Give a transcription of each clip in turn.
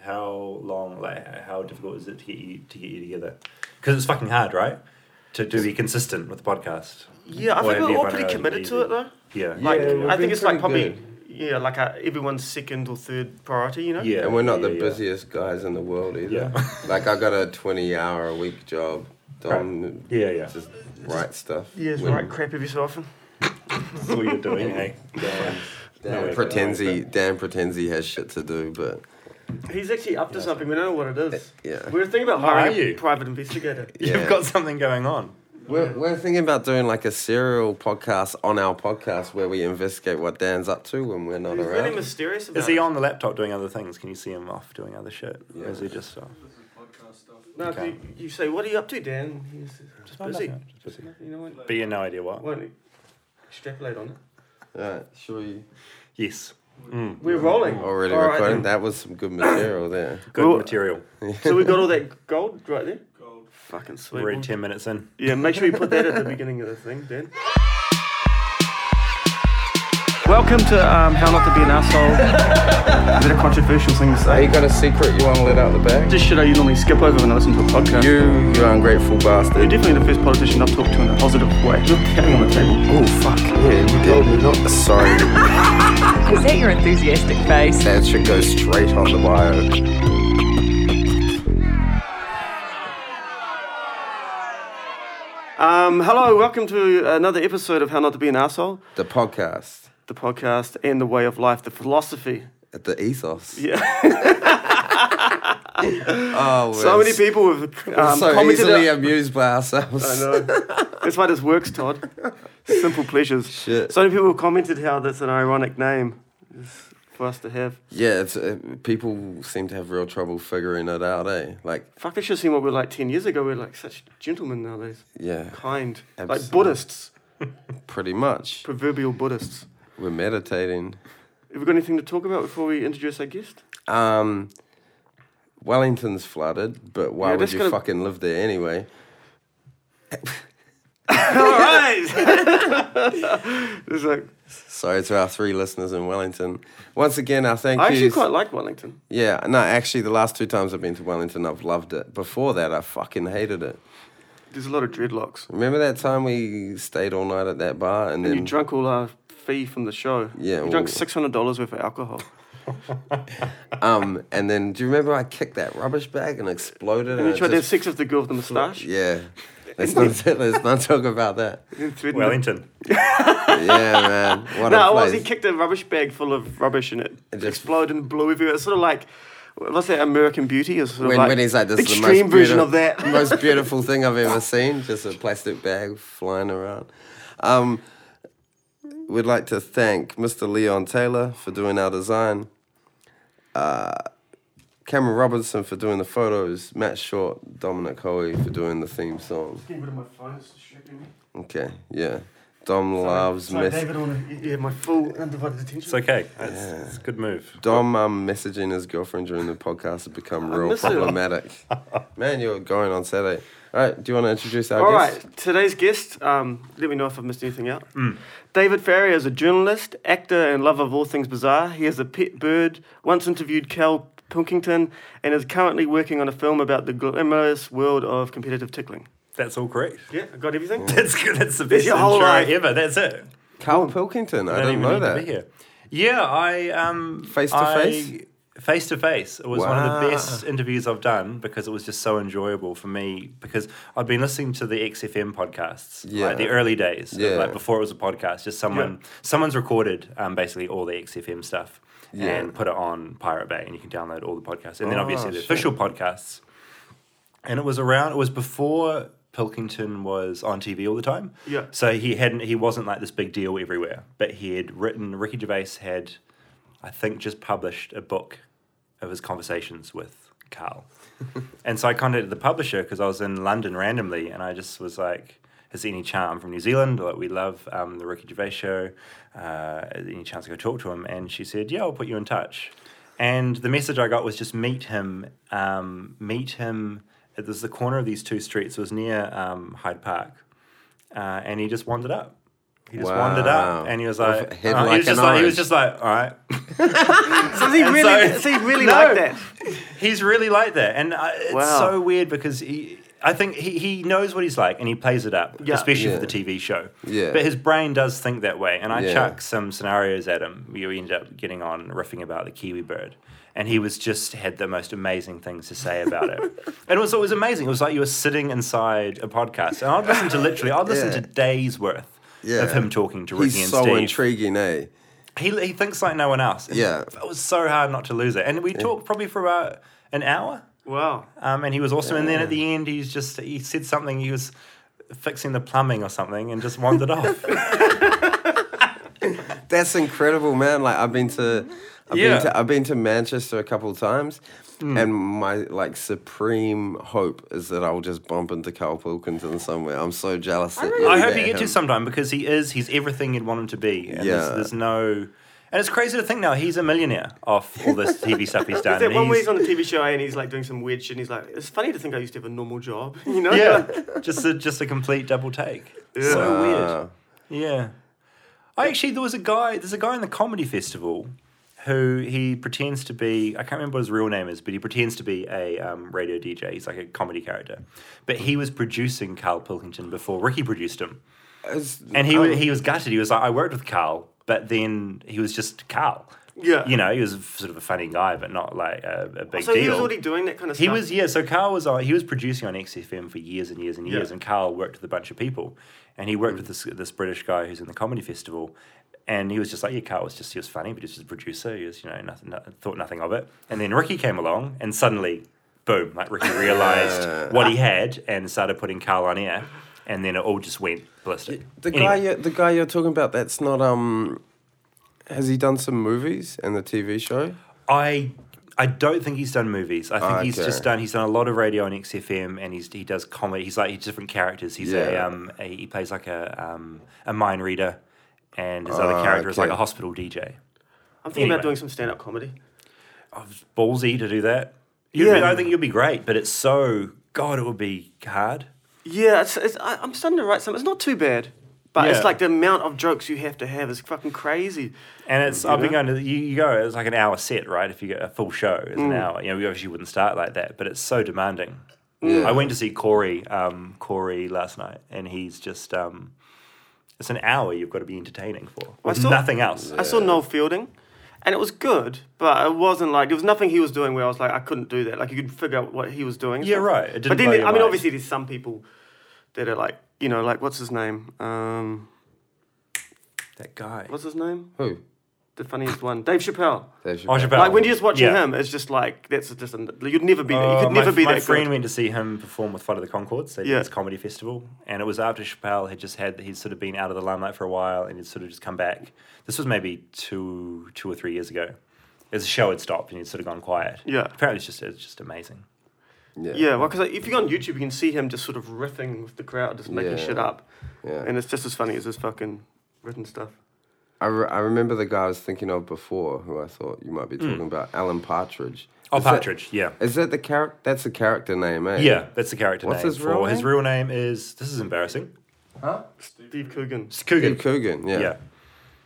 how long, like, how difficult is it to get you to get you together? Because it's fucking hard, right? To to be consistent with the podcast. Yeah, I Or think have we're you all run pretty out of committed to easy- it though. Yeah. Like, Yeah, we've I been think it's like pretty probably yeah, like uh everyone's second or third priority. You know. yeah. And we're not yeah, the yeah. busiest guys in the world either. Yeah. like I got a twenty hour a week job. Dom Yeah, yeah. just write stuff. Yeah, it's when- right crap every so often. That's all you're doing, hey? No, Dan I pretends don't he Dan pretends he has shit to do, but He's actually up to something. We don't know what it is. yeah. We were thinking about How are hiring a you? private investigator. Yeah. You've got something going on. We're, we're thinking about doing like a serial podcast on our podcast where we investigate what Dan's up to when we're not He's around. really mysterious about Is he it. on the laptop doing other things? Can you see him off doing other shit? Yeah. Or is he just uh, off? No, 'cause Okay. you, you say, what are you up to, Dan? He's just Oh, busy. nothing, just busy. You know what? But you have no idea what. Won't extrapolate on it. Alright, sure you Yes. We're rolling. already Hmm. All right, recording. then. that was some good material there. Good Well- material. so we got all that gold right there? Gold. Fucking sweet. We're Well, at 10 minutes in. Yeah, make sure you put that at the beginning of the thing, Dan. Welcome to um, How Not to Be an Asshole. Is it a controversial thing to Hey, say? you got a secret you want to let out the bag? Just shit I normally skip over when I listen to a podcast. You, you ungrateful You're bastard. definitely the first politician I've talked to in a positive way. You're getting on the table. Oh fuck yeah, you did. You're not sorry. Is that your enthusiastic face? That should go straight on the bio. Um, hello, welcome to another episode of How Not to Be an Asshole, The podcast the podcast and the way of life, the philosophy. at the ethos. Yeah. Oh, we're so many s- people have we're um, so commented. easily I amused by ourselves. know. That's why this works, Todd. Simple pleasures. Shit. So many people have commented how that's an ironic name It's for us to have. Yeah, it's, uh, people seem to have real trouble figuring it out, eh? Like, Fuck, I should have seen what we were like 10 years ago. We're like such gentlemen nowadays. yeah, Kind. Like Absolutely. Buddhists, pretty much. proverbial Buddhists. We're meditating. Have we got anything to talk about before we introduce our guest? Um, Wellington's flooded, but why Yeah, would that's you gonna- fucking live there anyway? All right. it's like, Sorry to our three listeners in Wellington. Once again, our thank I actually yous. quite like Wellington. Yeah, no, actually, the last two times I've been to Wellington, I've loved it. Before that, I fucking hated it. There's a lot of dreadlocks. Remember that time we stayed all night at that bar And and then you drunk all our fee from the show. Yeah, You drunk well- six hundred dollars worth of alcohol. um and then do you remember I kicked that rubbish bag and exploded and, And you it tried to have just, sex with the girl with the moustache. yeah. Let's not let's not talk about that. And threatened her- Wellington. Yeah, man. What No, a it was. place. He kicked a rubbish bag full of rubbish and it, just- exploded and blew everywhere. It's sort of like, what's that, American Beauty? Is sort when, of like when he's like this is the most extreme version beauti- of that. most beautiful thing I've ever seen, just a plastic bag flying around. Um, we'd like to thank Mr. Leon Taylor for doing our design, uh, Cameron Robinson for doing the photos, Matt Short, Dominic Hoey for doing the theme song. Getting rid of my phone, it's distracting me. Okay, yeah. Dom loves Sorry, mess. David, I wanna- yeah, my full undivided attention. It's okay. It's, it's a good move. Dom um, messaging his girlfriend during the podcast has become real miss it. problematic. Man, you're going on Saturday. All right, do you want to introduce our All guest? right, today's guest, um, let me know if I've missed anything out. David Farrier is a journalist, actor, and lover of all things bizarre. He has a pet bird, once interviewed Cal Pilkington, and is currently working on a film about the glamorous world of competitive tickling. That's all correct. Yeah, I got everything? That's good. That's the best your intro whole life. ever. That's it. Carl Pilkington. I didn't even know need to be that. here. Yeah, I um Face to I- face? Face to face. It was one of the Wow. best interviews I've done because it was just so enjoyable for me because I'd been listening to the XFM podcasts, Yeah. like the early days, Yeah. like before it was a podcast. Just someone, someone's recorded um, basically all the XFM stuff Yeah. and put it on Pirate Bay, and you can download all the podcasts, and then Oh, obviously the shit. official podcasts. And it was around. It was before Pilkington was on TV all the time. Yeah. So he hadn't. He wasn't like this big deal everywhere. But he had written. Ricky Gervais had, I think, just published a book of his conversations with Carl. and so I contacted the publisher because I was in London randomly, and I just was like. Is there any chance I'm from New Zealand? Like we love um, the Ricky Gervais show. Uh, is there any chance to go talk to him? And she said, "Yeah, I'll put you in touch." And the message I got was just meet him, um, meet him. It was the corner of these two streets. It was near um, Hyde Park, uh, and he just wandered up. He just wandered up Wow. and he was With like, head uh, he, like was just an like he was orange. just like, all right. Does he really? so- does he really No. like that? He's really like that, and uh, it's Wow. so weird because he. I think he, he knows what he's like and he plays it up, Yeah. especially for Yeah. the TV show. Yeah. But his brain does think that way. And I Yeah. chuck some scenarios at him. You end up getting on riffing about the kiwi bird. And he was just had the most amazing things to say about it. And it was, it was amazing. It was like you were sitting inside a podcast. And I'd listen to literally, I'd listen Yeah. to days worth Yeah. of him talking to Ricky He's and so Steve intriguing, eh? he, he thinks like no one else. And Yeah. It was so hard not to lose it. And we talked probably for about an hour. Wow. Um, and he was awesome. And then at the end, he's just, he said something, he was fixing the plumbing or something and just wandered off. That's incredible, man. Like I've been to, I've Yeah. Hmm. been to, I've been to Manchester a couple of times, and my like supreme hope is that I'll just bump into Carl Pilkington somewhere. I'm so jealous. I, I hope you get to sometime because he is, he's everything you'd want him to be. And Yeah. there's, there's no, and it's crazy to think now he's a millionaire off all this TV stuff he's done. That And one where he's- he's on the TV show and he's like doing some weird shit and he's like, it's funny to think I used to have a normal job, you know? yeah, just a, just a complete double take. So weird. Uh, Yeah. I actually there was a guy there's a guy in the comedy festival who he pretends to be I can't remember what his real name is, but he pretends to be a um, radio DJ. He's like a comedy character. But he was producing Carl Pilkington before Ricky produced him. And he Oh. wa- he was gutted. He was like, I worked with Carl, but then he was just Carl. Yeah. You know, he was sort of a funny guy, but not like a, a big So deal. he was already doing that kind of He stuff. was yeah. So Carl was on. He was producing on XFM for years and years and years, Yeah. Mm. and Carl worked with a bunch of people, and he worked with this this British guy who's in the comedy festival, and he was just like yeah, Carl was just he was funny, but he was just a producer. He was you know nothing, no, thought nothing of it, and then Ricky came along, and suddenly, boom, like Ricky realized what he had and started putting Carl on air, and then it all just went ballistic. The Anyway. guy, you're, the guy you're talking about, that's not um. Has he done some movies and the TV show? I I don't think he's done movies. I think he's Okay. just done he's done a lot of radio on XFM and he's he does comedy. He's like he's different characters. He's a Yeah. um a, he plays like a um a mind reader and his other character is like Ah, okay. a hospital DJ. I'm thinking Anyway. about doing some stand up comedy. I was Oh, ballsy to do that. You'd Yeah. be- I think you'd be great, but it's so God, it would be hard. Yeah, it's, it's, I, I'm starting to write some. It's not too bad, but Yeah. it's like the amount of jokes you have to have is fucking crazy. And it's I've been going to you, you go it's like an hour set right if you get a full show it's Mm. an hour you know we obviously wouldn't start like that but it's so demanding. I went to see Corey um, Corey last night and he's just um, it's an hour you've got to be entertaining for with saw- nothing else. I saw Noel Fielding, and it was good, but it wasn't like there was nothing he was doing where I was like I couldn't do that. Like you could figure out what he was doing. Yeah, right. It didn't but then blow I your mean, mind. obviously, there's some people that are like you know, like what's his name? Um, That guy. what's his name? Who? The funniest one, Dave Chappelle. Dave Oh, Chappelle. Chappelle. Like when you're just watching Yeah. him, it's just like that's just an- you'd never be that. Uh, You could my- never be my that friend good. went to see him perform with Flight of the Concords. They did Yeah. this comedy festival. And it was after Chappelle had just had, he'd sort of been out of the limelight for a while and he'd sort of just come back. This was maybe two two or three years ago. As the show had stopped and he'd sort of gone quiet. Yeah. Apparently it's just, it's just amazing. Yeah, well, because if you go on YouTube, you can see him just sort of riffing with the crowd, just making Yeah. shit up, Yeah. and it's just as funny as his fucking written stuff. I, re- I remember the guy I was thinking of before, who I thought you might be talking about, Alan Partridge. Mm. Oh, Is that- Partridge, yeah. Is that the character? That's a character name, eh? Yeah, that's the character What's name. his real for- His name? real name is, this is embarrassing, Steve Coogan. it's Coogan. Steve Coogan. Yeah. Yeah.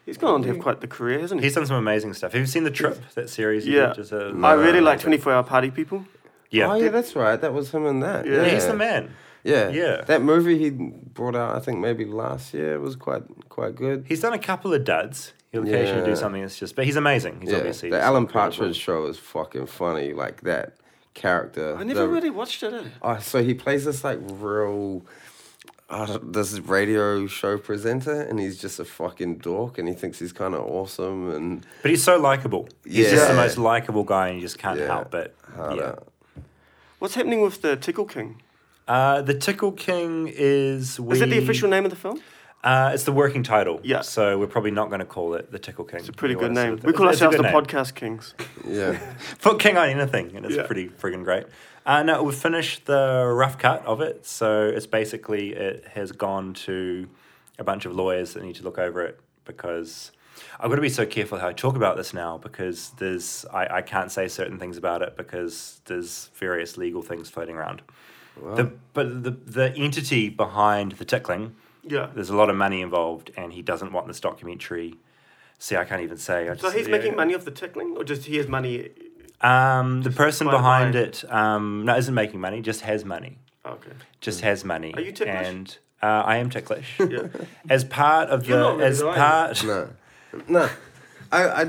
He's gone on to have quite the career, hasn't he? He's done some amazing stuff. Have you seen The Trip, that series? he yeah. did? Just, uh, I really like 24 Hour Party People. Yeah. Oh yeah, that's right. That was him in that. Yeah. Yeah. He's the man. Yeah. Yeah. That movie he brought out, I think maybe last year was quite quite good. He's done a couple of duds. He'll occasionally Yeah. do something that's just, but he's amazing. He's yeah. obviously the just Alan incredible. Partridge show is fucking funny. Like that character. I never really watched it. eh? Oh, so he plays this like real. I don't- this radio show presenter, and he's just a fucking dork, and he thinks he's kind of awesome, and But he's so likable. He's just the Yeah. most likable guy, and you just can't Yeah. help but I yeah. don't- What's happening with the Tickle King? Uh, the Tickle King is we, Is that the official name of the film? Uh, it's the working title. Yeah. So we're probably not going to call it the Tickle King. It's a Pretty good name. We call ourselves the Podcast Kings. yeah. Put King on anything, and it's Yeah. pretty friggin' great. Uh, no, we've finished the rough cut of it, so it's basically it has gone to a bunch of lawyers that need to look over it because I've got to be so careful how I talk about this now because there's I, I can't say certain things about it because there's various legal things floating around. The, but the the entity behind the tickling Yeah. There's a lot of money involved, and he doesn't want this documentary. See, I can't even say. I So just- he's yeah. making money off the tickling, or just he has money? Um, the person by the behind way. it um, no, isn't making money, just has money. Oh, Okay. Just Mm. has money. Are you ticklish? And uh, I am ticklish. Yeah. As part of You're the not as really, are part No, no. I, I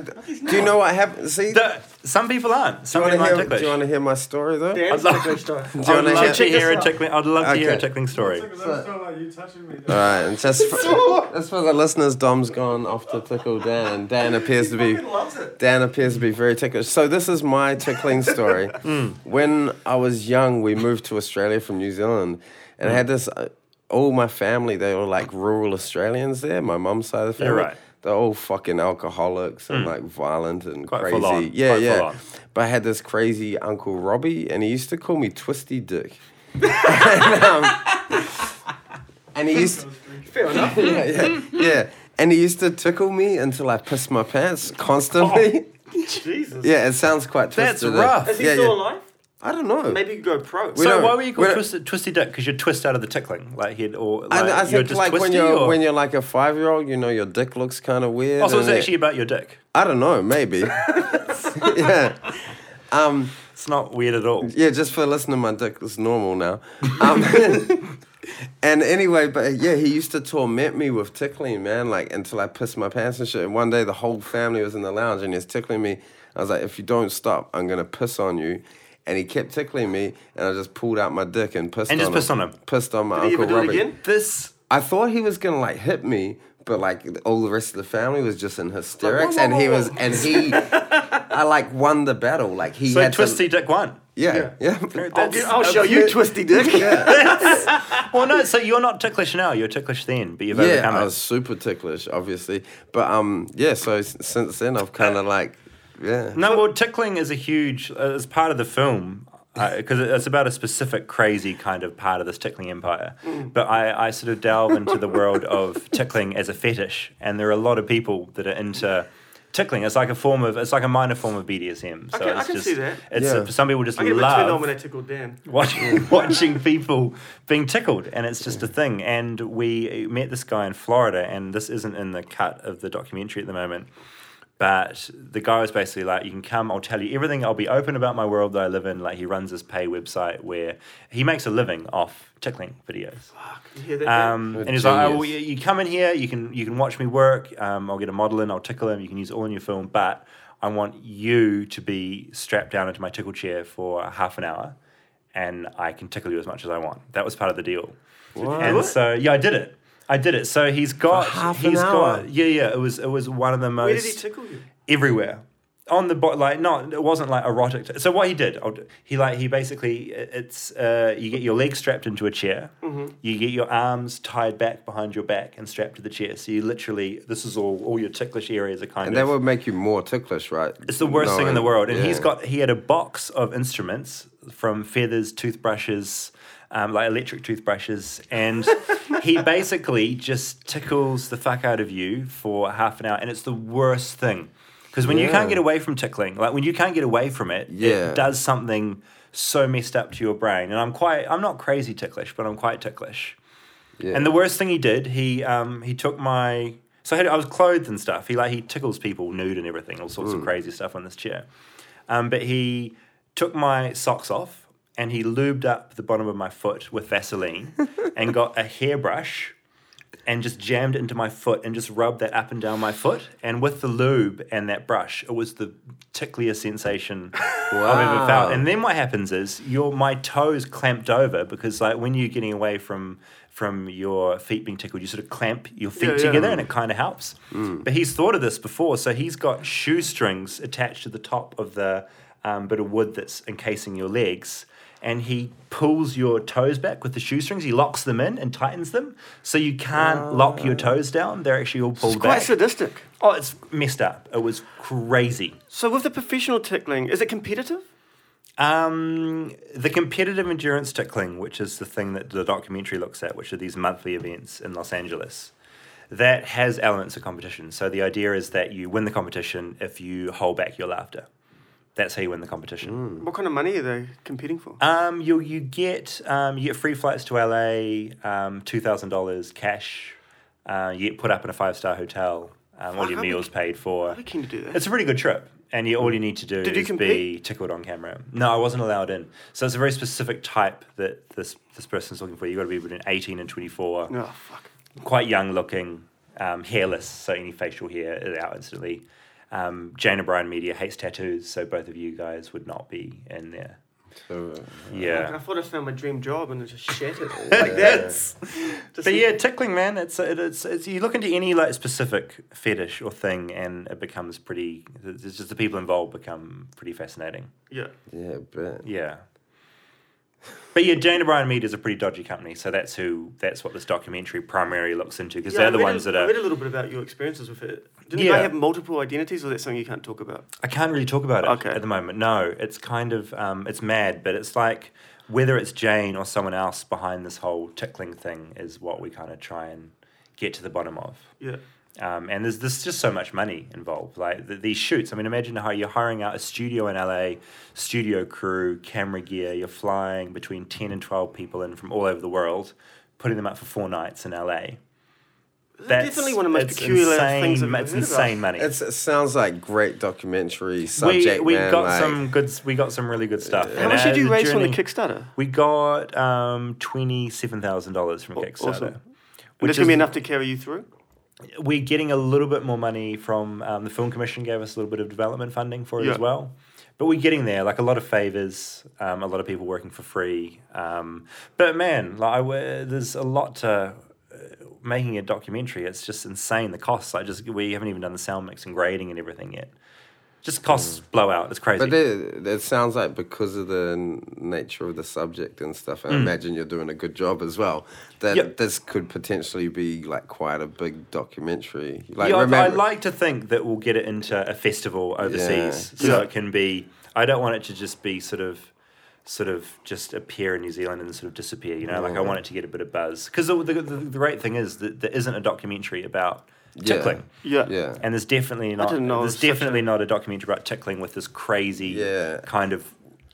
do you know what happened? See, do The- some people aren't. you Some want to people hear? aren't ticklish. Do you want to hear my story though? Dan's love- ticklish stuff. Do you I'd wanna love to hear- hear a tickling. I'd love to hear a Okay. tickling story. Because I'm still like you touching me. All right, and just for, just for the listeners, Dom's gone off to tickle Dan, and Dan appears to be loves it. Dan appears to be very ticklish. So this is my tickling story. Hmm. When I was young, we moved to Australia from New Zealand, and Hmm. I had this. Uh, all my family, they were like rural Australians there. My mum's side of the family, right. Hmm. they're all fucking alcoholics and like violent and Quite crazy. full on, Yeah, quite full yeah. on. But I had this crazy uncle Robbie, and he used to call me Twisty Dick. and, um, and he used Fair enough. yeah, yeah, yeah. And he used to tickle me until I pissed my pants Oh. constantly. Jesus. Yeah, it sounds quite twisted. That's eh? rough. Is he yeah, still yeah. alive? I don't know. Maybe you could go pro. We So don't- why were you we called don't- twisted, twisty dick? Because you're twist out of the tickling, like head or like, I, I you're think just like when twisty. you're or... Oh, when you're like a five year old, you know your dick looks kind of weird. also, it's and it- actually about your dick. I don't know, maybe. yeah, um, It's not weird at all. yeah. Just for listening, my dick is normal now. Um, and anyway, but yeah, he used to torment me with tickling, man. Like until I pissed my pants and shit. And one day, the whole family was in the lounge and he was tickling me. I was like, if you don't stop, I'm gonna piss on you. And he kept tickling me, and I just pulled out my dick and pissed And on just him. pissed on him. Pissed on my Did he uncle ever do it Robbie. again? This I thought he was gonna like hit me, but like all the rest of the family was just in hysterics, and he was, and he, I like won the battle. Like he so had to- twisty dick one. yeah, yeah, I'll, That's- get, I'll show you, twisty dick. Well, no. So you're not ticklish now. You're ticklish then, but you've yeah. overcome I it. was super ticklish, obviously, but um, yeah. So s- since then, I've kind of like, yeah, No, well, tickling is a huge uh, as part of the film because it's about a specific crazy kind of part of this tickling empire. Mm. But I, I sort of delve into the world of tickling as a fetish, and there are a lot of people that are into tickling. It's like a form of it's like a minor form of BDSM. So Okay, I it's can just, see that. It's Yeah. some people just I get a bit turned on when I love tickle Dan. watching watching people being tickled, and it's just a thing. And we met this guy in Florida, and this isn't in the cut of the documentary at the moment. But the guy was basically like, "You can come. I'll tell you everything. I'll be open about my world that I live in." Like he runs this pay website where he makes a living off tickling videos. You hear that? Dan? Um, and he's like, "Oh, genius. well, you, you come in here. You can you can watch me work. Um, I'll get a model in. I'll tickle him. You can use it all in your film, but I want you to be strapped down into my tickle chair for half an hour, and I can tickle you as much as I want." That was part of the deal. do And it? so yeah, I did it. I did it. So he's got half an he's hour? got yeah yeah. It was it was one of the most Where did he tickle you? everywhere on the bo- like not it wasn't like erotic so what he did I'll- he like he basically it's uh, you get your legs strapped into a chair you get your arms tied back behind your back and strapped to the chair so you literally this is all all your ticklish areas are kind and of that would make you more ticklish, right? it's the worst thing in Knowing- the world. And he's yeah. got he had a box of instruments from feathers, toothbrushes, um, like electric toothbrushes, and he basically just tickles the fuck out of you for half an hour, and it's the worst thing because when you can't Yeah. get away from tickling, like when you can't get away from it, Yeah. it does something so messed up to your brain. And I'm quite I'm not crazy ticklish, but I'm quite ticklish. Yeah. And the worst thing he did, he um, he took my so I, had, I was clothed and stuff. He like he tickles people nude and everything, all sorts Mm. of crazy stuff on this chair. Um, but he took my socks off and he lubed up the bottom of my foot with Vaseline and got a hairbrush and just jammed it into my foot and just rubbed that up and down my foot. And with the lube and that brush, it was the tickliest sensation I've ever felt. And then what happens is your my toes clamped over because like when you're getting away from from your feet being tickled, you sort of clamp your feet yeah. Mm. together and it kind of helps. But he's thought of this before, so he's got shoestrings attached to the top of the um, bit of wood that's encasing your legs. And he pulls your toes back with the shoestrings. He locks them in and tightens them, so you can't lock your toes down. They're actually all pulled Ah. It's quite back. sadistic. oh, it's messed up. It was crazy. So with the professional tickling, is it competitive? Um, the competitive endurance tickling, which is the thing that the documentary looks at, which are these monthly events in Los Angeles, that has elements of competition. So the idea is that you win the competition if you hold back your laughter. That's how you win the competition. What kind of money are they competing for? Um, you you get um, you get free flights to LA, um, two thousand dollars cash. Uh, you get put up in a five star hotel. Um, all Fuck, your I'd be- meals paid for. I'd be keen to do that. It's a really good trip, and you, all you need to do Did you is be tickled on camera. No, I wasn't allowed in. So it's a very specific type that this this person's looking for. You got to be between eighteen and twenty four. No, Oh, fuck. quite young looking, um, hairless, so any facial hair is out instantly. Um, Jane O'Brien Media hates tattoos, so both of you guys would not be in there. So, I Yeah. thought I found my dream job and I just shattered it like that. Just- But yeah, tickling, man. It's, it- it's it's you look into any like specific fetish or thing, and it becomes pretty. It's just the people involved become pretty fascinating. yeah. yeah, but Yeah. But yeah, Jane O'Brien Media is a pretty dodgy company, so that's who that's what this documentary primarily looks into because Yeah, I they're the read ones a, that I are. read a little bit about your experiences with it. Didn't Yeah. I have multiple identities, or is that something you can't talk about? I can't really talk about it Okay. at the moment. No, it's kind of um, it's mad, but it's like whether it's Jane or someone else behind this whole tickling thing is what we kind of try and get to the bottom of. Yeah. Um, and there's there's just so much money involved. Like th these shoots. I mean, imagine how you're hiring out a studio in LA, studio crew, camera gear. You're flying between ten and twelve people in from all over the world, putting them up for four nights in LA. That's definitely one of the most it's peculiar things I've insane- ever It's heard about. insane money. it's, it sounds like great documentary subject. we we man, got like- some good. s- We got some really good stuff. How And much as did you a raise from the journey- Kickstarter? We got um, twenty seven thousand dollars from Kickstarter. awesome. Which Which going to be is- enough to carry you through? We're getting a little bit more money from um, the Film Commission. Gave us a little bit of development funding for it Yeah. as well. But we're getting there. Like a lot of favors, um, a lot of people working for free. Um, but man, like I, w- there's a lot to. uh, Making a documentary, it's just insane. The costs, like, just we haven't even done the sound mix and grading and everything yet. Just costs blow out. It's crazy. But it, it sounds like because of the n- nature of the subject and stuff, I Hmm. imagine you're doing a good job as well. That Yep. this could potentially be like quite a big documentary. Like, yeah, I- I remember, like to think that we'll get it into a festival overseas, Yeah. so it can be. I don't want it to just be sort of, sort of just appear in New Zealand and sort of disappear. You know, like I want it to get a bit of buzz because the, the, the great thing is that there isn't a documentary about Yeah. tickling. Yeah. yeah, And there's definitely not. didn't know There's such a- definitely not a documentary about tickling with this crazy Yeah. kind of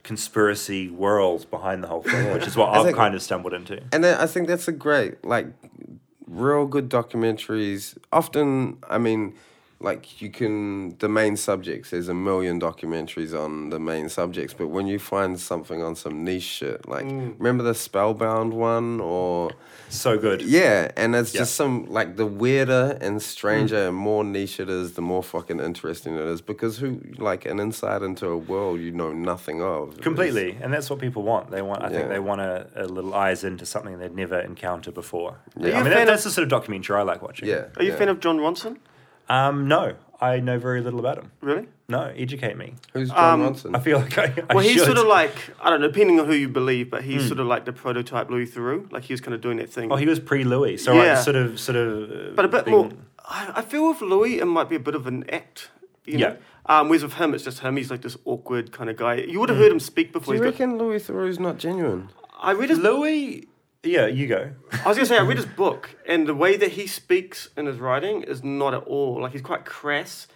conspiracy world behind the whole thing, which is what I've think- kind of stumbled into. and I I think that's a great like real good documentaries. Often, I mean. Like you can, the main subjects. There's a million documentaries on the main subjects, but when you find something on some niche shit, like Hmm. remember the Spellbound one, or So good. Yeah, and it's Yeah. just some like the weirder and stranger Mm. and more niche it is, the more fucking interesting it is because who like an insight into a world you know nothing of. is- Completely, and that's what people want. They want, I Yeah. think, they want a, a little eyes into something they'd never encountered before. I you a mean, fan that, of- that's the sort of documentary I like watching. Yeah. Are you yeah. a fan of John Ronson? Um, no, I know very little about him. Really? No, educate me. Who's John um, Ronson? I feel like I, I Well, he's should. Hmm. sort of like, I don't know, depending on who you believe, but he's sort of like the prototype Louis Theroux. Like he was kind of doing that thing. Oh, he was pre Louis, so Yeah. I sort of, sort of. uh, but a bit being- more. I, I feel with Louis, it might be a bit of an act. You know? Yeah. Um, whereas with him, it's just him. He's like this awkward kind of guy. You would have heard him speak Do before. you he's got- reckon Louis Theroux's not genuine? I read his. Louis. Yeah, you go. I was gonna say I read his book, and the way that he speaks in his writing is not at all like he's quite crass,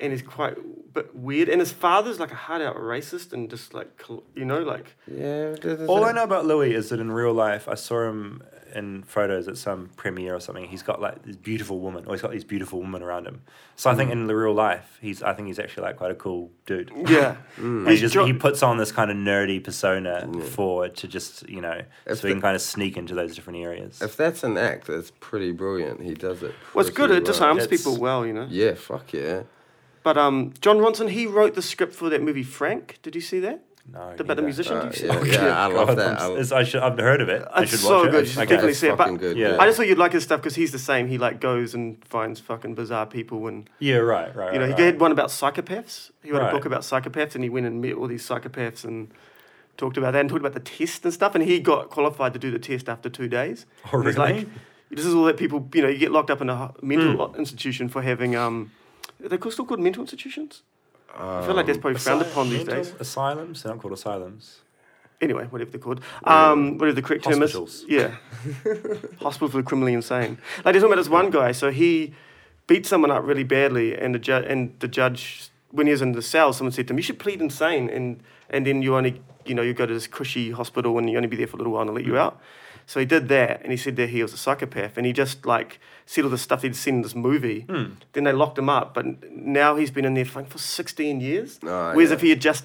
and he's quite but weird. And his father's like a hard out racist and just like col- you know like Yeah. th- th- All I th- know about Louis is that in real life, I saw him in photos at some premiere or something. He's got like this beautiful woman, or he's got these beautiful women around him. So I think in the real life, he's I think he's actually like quite a cool dude. yeah. And he Mm. just jo- he puts on this kind of nerdy persona for to just you know so he the- can kind of sneak into those different areas. If that's an act, that's pretty brilliant. He does it. What's good, pretty it um, well. disarms It's- people well, you know. Yeah. Fuck yeah. But um, John Ronson, he wrote the script for that movie Frank. Did you see that? no, The- About the neither. musician. Uh, Did you see? yeah, it? yeah, I love God, that. I'm I, s- I should, I've heard of it. I It's should so watch good. it. You should Okay. definitely that's see it. But fucking good. Yeah. Yeah. I just thought you'd like his stuff because he's the same. He like goes and finds fucking bizarre people, and Yeah, right, right. you know right, he right. had one about psychopaths. He wrote Right. a book about psychopaths, and he went and met all these psychopaths and talked about that and talked about the test and stuff. And he got qualified to do the test after two days. Oh, And he's really? like, this is all that people, you know, you get locked up in a ho- mental Hmm. institution for having um, are they still called mental institutions? I Oh, feel like Um, that's probably frowned upon these Mental days. Asylums? They're not called asylums. anyway, whatever they're called, um, whatever the correct Hospitals. term is. Yeah. Hospital for the criminally insane. Like, they're talking about this one guy, so he beat someone up really badly, and the, ju- and the judge when he was in the cell, someone said to him, "You should plead insane, and and then you only you know you go to this cushy hospital and you only be there for a little while and they let you out." So he did that, and he said that he was a psychopath, and he just like said all the stuff he'd seen in this movie. Then they locked him up, but n- now he's been in there for, for sixteen years. Oh, Whereas yeah. if he had just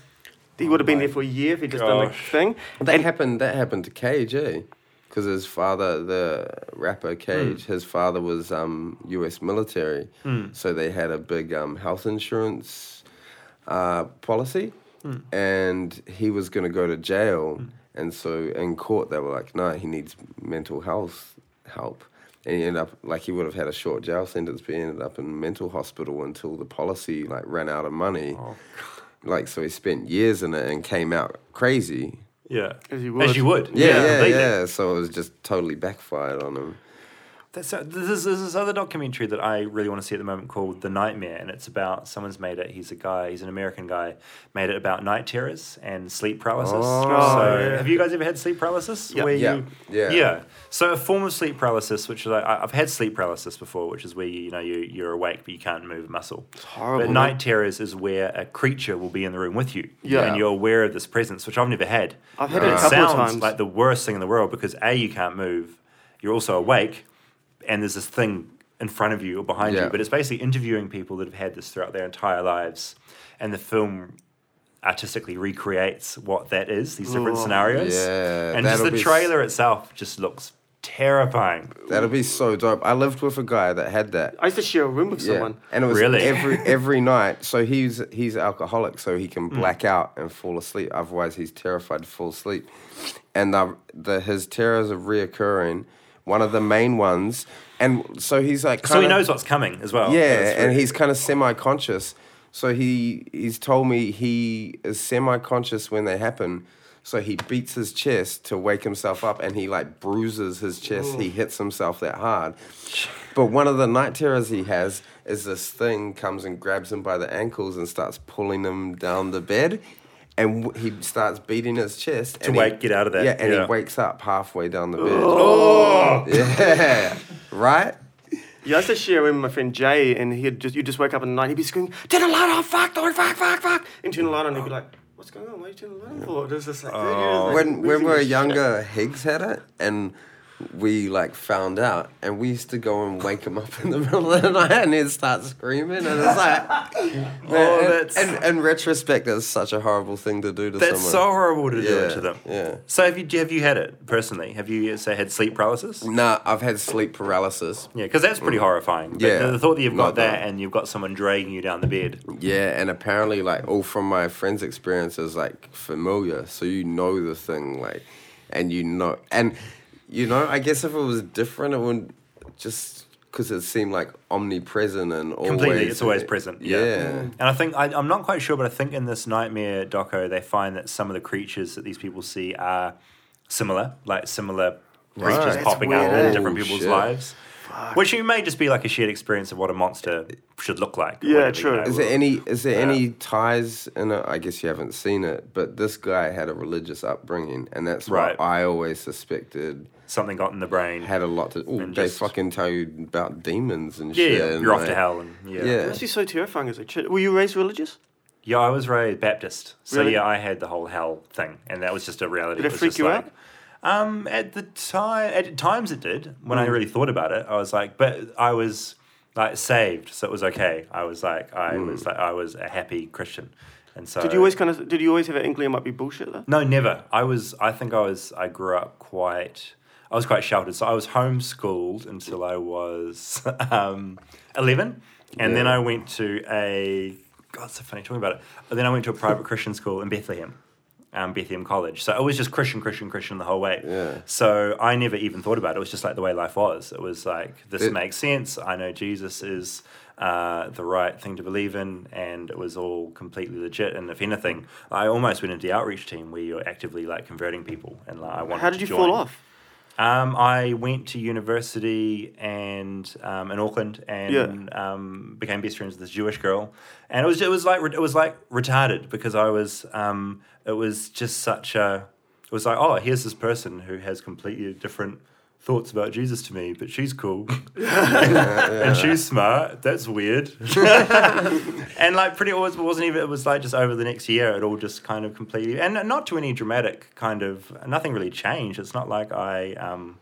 he would have been there for a year if he'd just done the Gosh. thing. That happened. That happened to Cage, eh? Because his father, the rapper Cage, his father was um, U.S. military, so they had a big um, health insurance uh, policy, and he was going to go to jail. And so in court, they were like, "No, he needs mental health help." And he ended up like he would have had a short jail sentence, but he ended up in mental hospital until the policy like ran out of money. Like so, he spent years in it and came out crazy. Yeah. As you As would. you would. Yeah, yeah, yeah. completely. So it was just totally backfired on him. That's, uh, this is there's this other documentary that I really want to see at the moment called The Nightmare, and it's about someone's made it. He's a guy, he's an American guy, made it about night terrors and sleep paralysis. Oh. so, yeah. have you guys ever had sleep paralysis? Yeah. Where Yeah. you- Yeah. yeah. So a form of sleep paralysis, which is I, I- I've had sleep paralysis before, which is where you, you know you you're awake but you can't move a muscle. It's horrible, But night terrors is where a creature will be in the room with you, Yeah. and you're aware of this presence, which I've never had. I've had But it a couple of sounds times. like the worst thing in the world because a you can't move, you're also awake, and there's this thing in front of you or behind Yeah. you. But it's basically interviewing people that have had this throughout their entire lives, and the film artistically recreates what that is. These different Oh. scenarios, Yeah, and just that'll the be s- trailer itself just looks terrifying. That'd be so dope. I lived with a guy that had that. I used to share a room with someone. And it was Really? every every night. So he's he's alcoholic, so he Hmm. can black out and fall asleep. Otherwise, he's terrified to fall asleep. And the, the his terrors are reoccurring. One of the main ones, and so he's like, So he kinda- knows what's coming as well. Yeah, That's and really- he's kind of semi-conscious. So he he's told me he is semi-conscious when they happen. So he beats his chest to wake himself up, and he like bruises his chest. He hits himself that hard. But one of the night terrors he has is this thing comes and grabs him by the ankles and starts pulling him down the bed, and w- he starts beating his chest to wake- get out of that, Yeah, and yeah. he wakes up halfway down the bed. Oh, yeah, right. Yeah, I used to share a room with my friend Jay, and he'd just you would just wake up in the night, he'd be screaming, "Turn the light on! Fuck! Don't fuck! Fuck! Fuck!" And turn the light on, he'd be like, "What's going on? Why are you turning the light on for?" There's this like, dude, you're just, like, when when we losing were your shit. younger, Higgs had it, and we like found out, and we used to go and wake him up in the middle of the night, and he'd start screaming, and it's like, Oh, and- that's- and, in retrospect, that's such a horrible thing to do to That's so someone. horrible to do it Yeah, to them. yeah. So have you have you had it personally? Have you say had sleep paralysis? nah, I've had sleep paralysis. Yeah, because that's pretty horrifying. But Mm. Yeah, the- the thought that you've got not that. that and you've got someone dragging you down the bed. Yeah, and apparently, like all from my friend's experience is like familiar, so you know the thing, like, and you know, and you know, I guess if it was different, it would just because it seemed like omnipresent and always Completely, it's always present. Yeah. yeah. And I think I, I'm not quite sure, but I think in this nightmare doco, they find that some of the creatures that these people see are similar, like similar creatures That's popping up weird, eh? in different people's Shit. lives. Which you may just be like a shared experience of what a monster should look like. or Yeah, whatever, you true. know, Is there any is there any ties in it? I guess you haven't seen it, but this guy had a religious upbringing, and that's Right. what I always suspected something got in the brain. had a lot to. Oh, And they just- fucking tell you about demons and yeah, shit. yeah, and you're off to like- hell. And, yeah. Yeah. It must be so terrifying as a kid. Were you raised religious? Yeah, I was raised Baptist, so Really? yeah, I had the whole hell thing, and that was just a reality. Did it was freak just you like- Um, at the time, at times it did. When Mm. I really thought about it, I was like, but I was like saved, so it was okay. I was like, I was like, I was a happy Christian, and so Mm. Did you always kind of? Did you always have an inkling it might be bullshit though? no, never. I was. I think I was. I grew up quite. I was quite sheltered. So I was homeschooled until I was um, eleven, and then I went to a. God, it's so funny talking about it. And then I went to a private Christian school in Bethlehem, um, Bethlehem College. So it was just Christian, Christian, Christian the whole way. Yeah. So I never even thought about it. It was just like the way life was. It was like this It- makes sense. I know Jesus is uh, the right thing to believe in, and it was all completely legit. And if anything, I almost went into the outreach team where you're actively like converting people, and like I wanted. How did to you join. fall off? Um, I went to university and um, in Auckland and um, became best friends with this Jewish girl, and it was it was like it was like retarded because I was um, it was just such a it was like oh here's this person who has completely different thoughts about Jesus to me, but she's cool. and she's smart. That's weird. and like pretty always wasn't even it was like just over the next year it all just kind of completely and not to any dramatic kind of nothing really changed. It's not like I um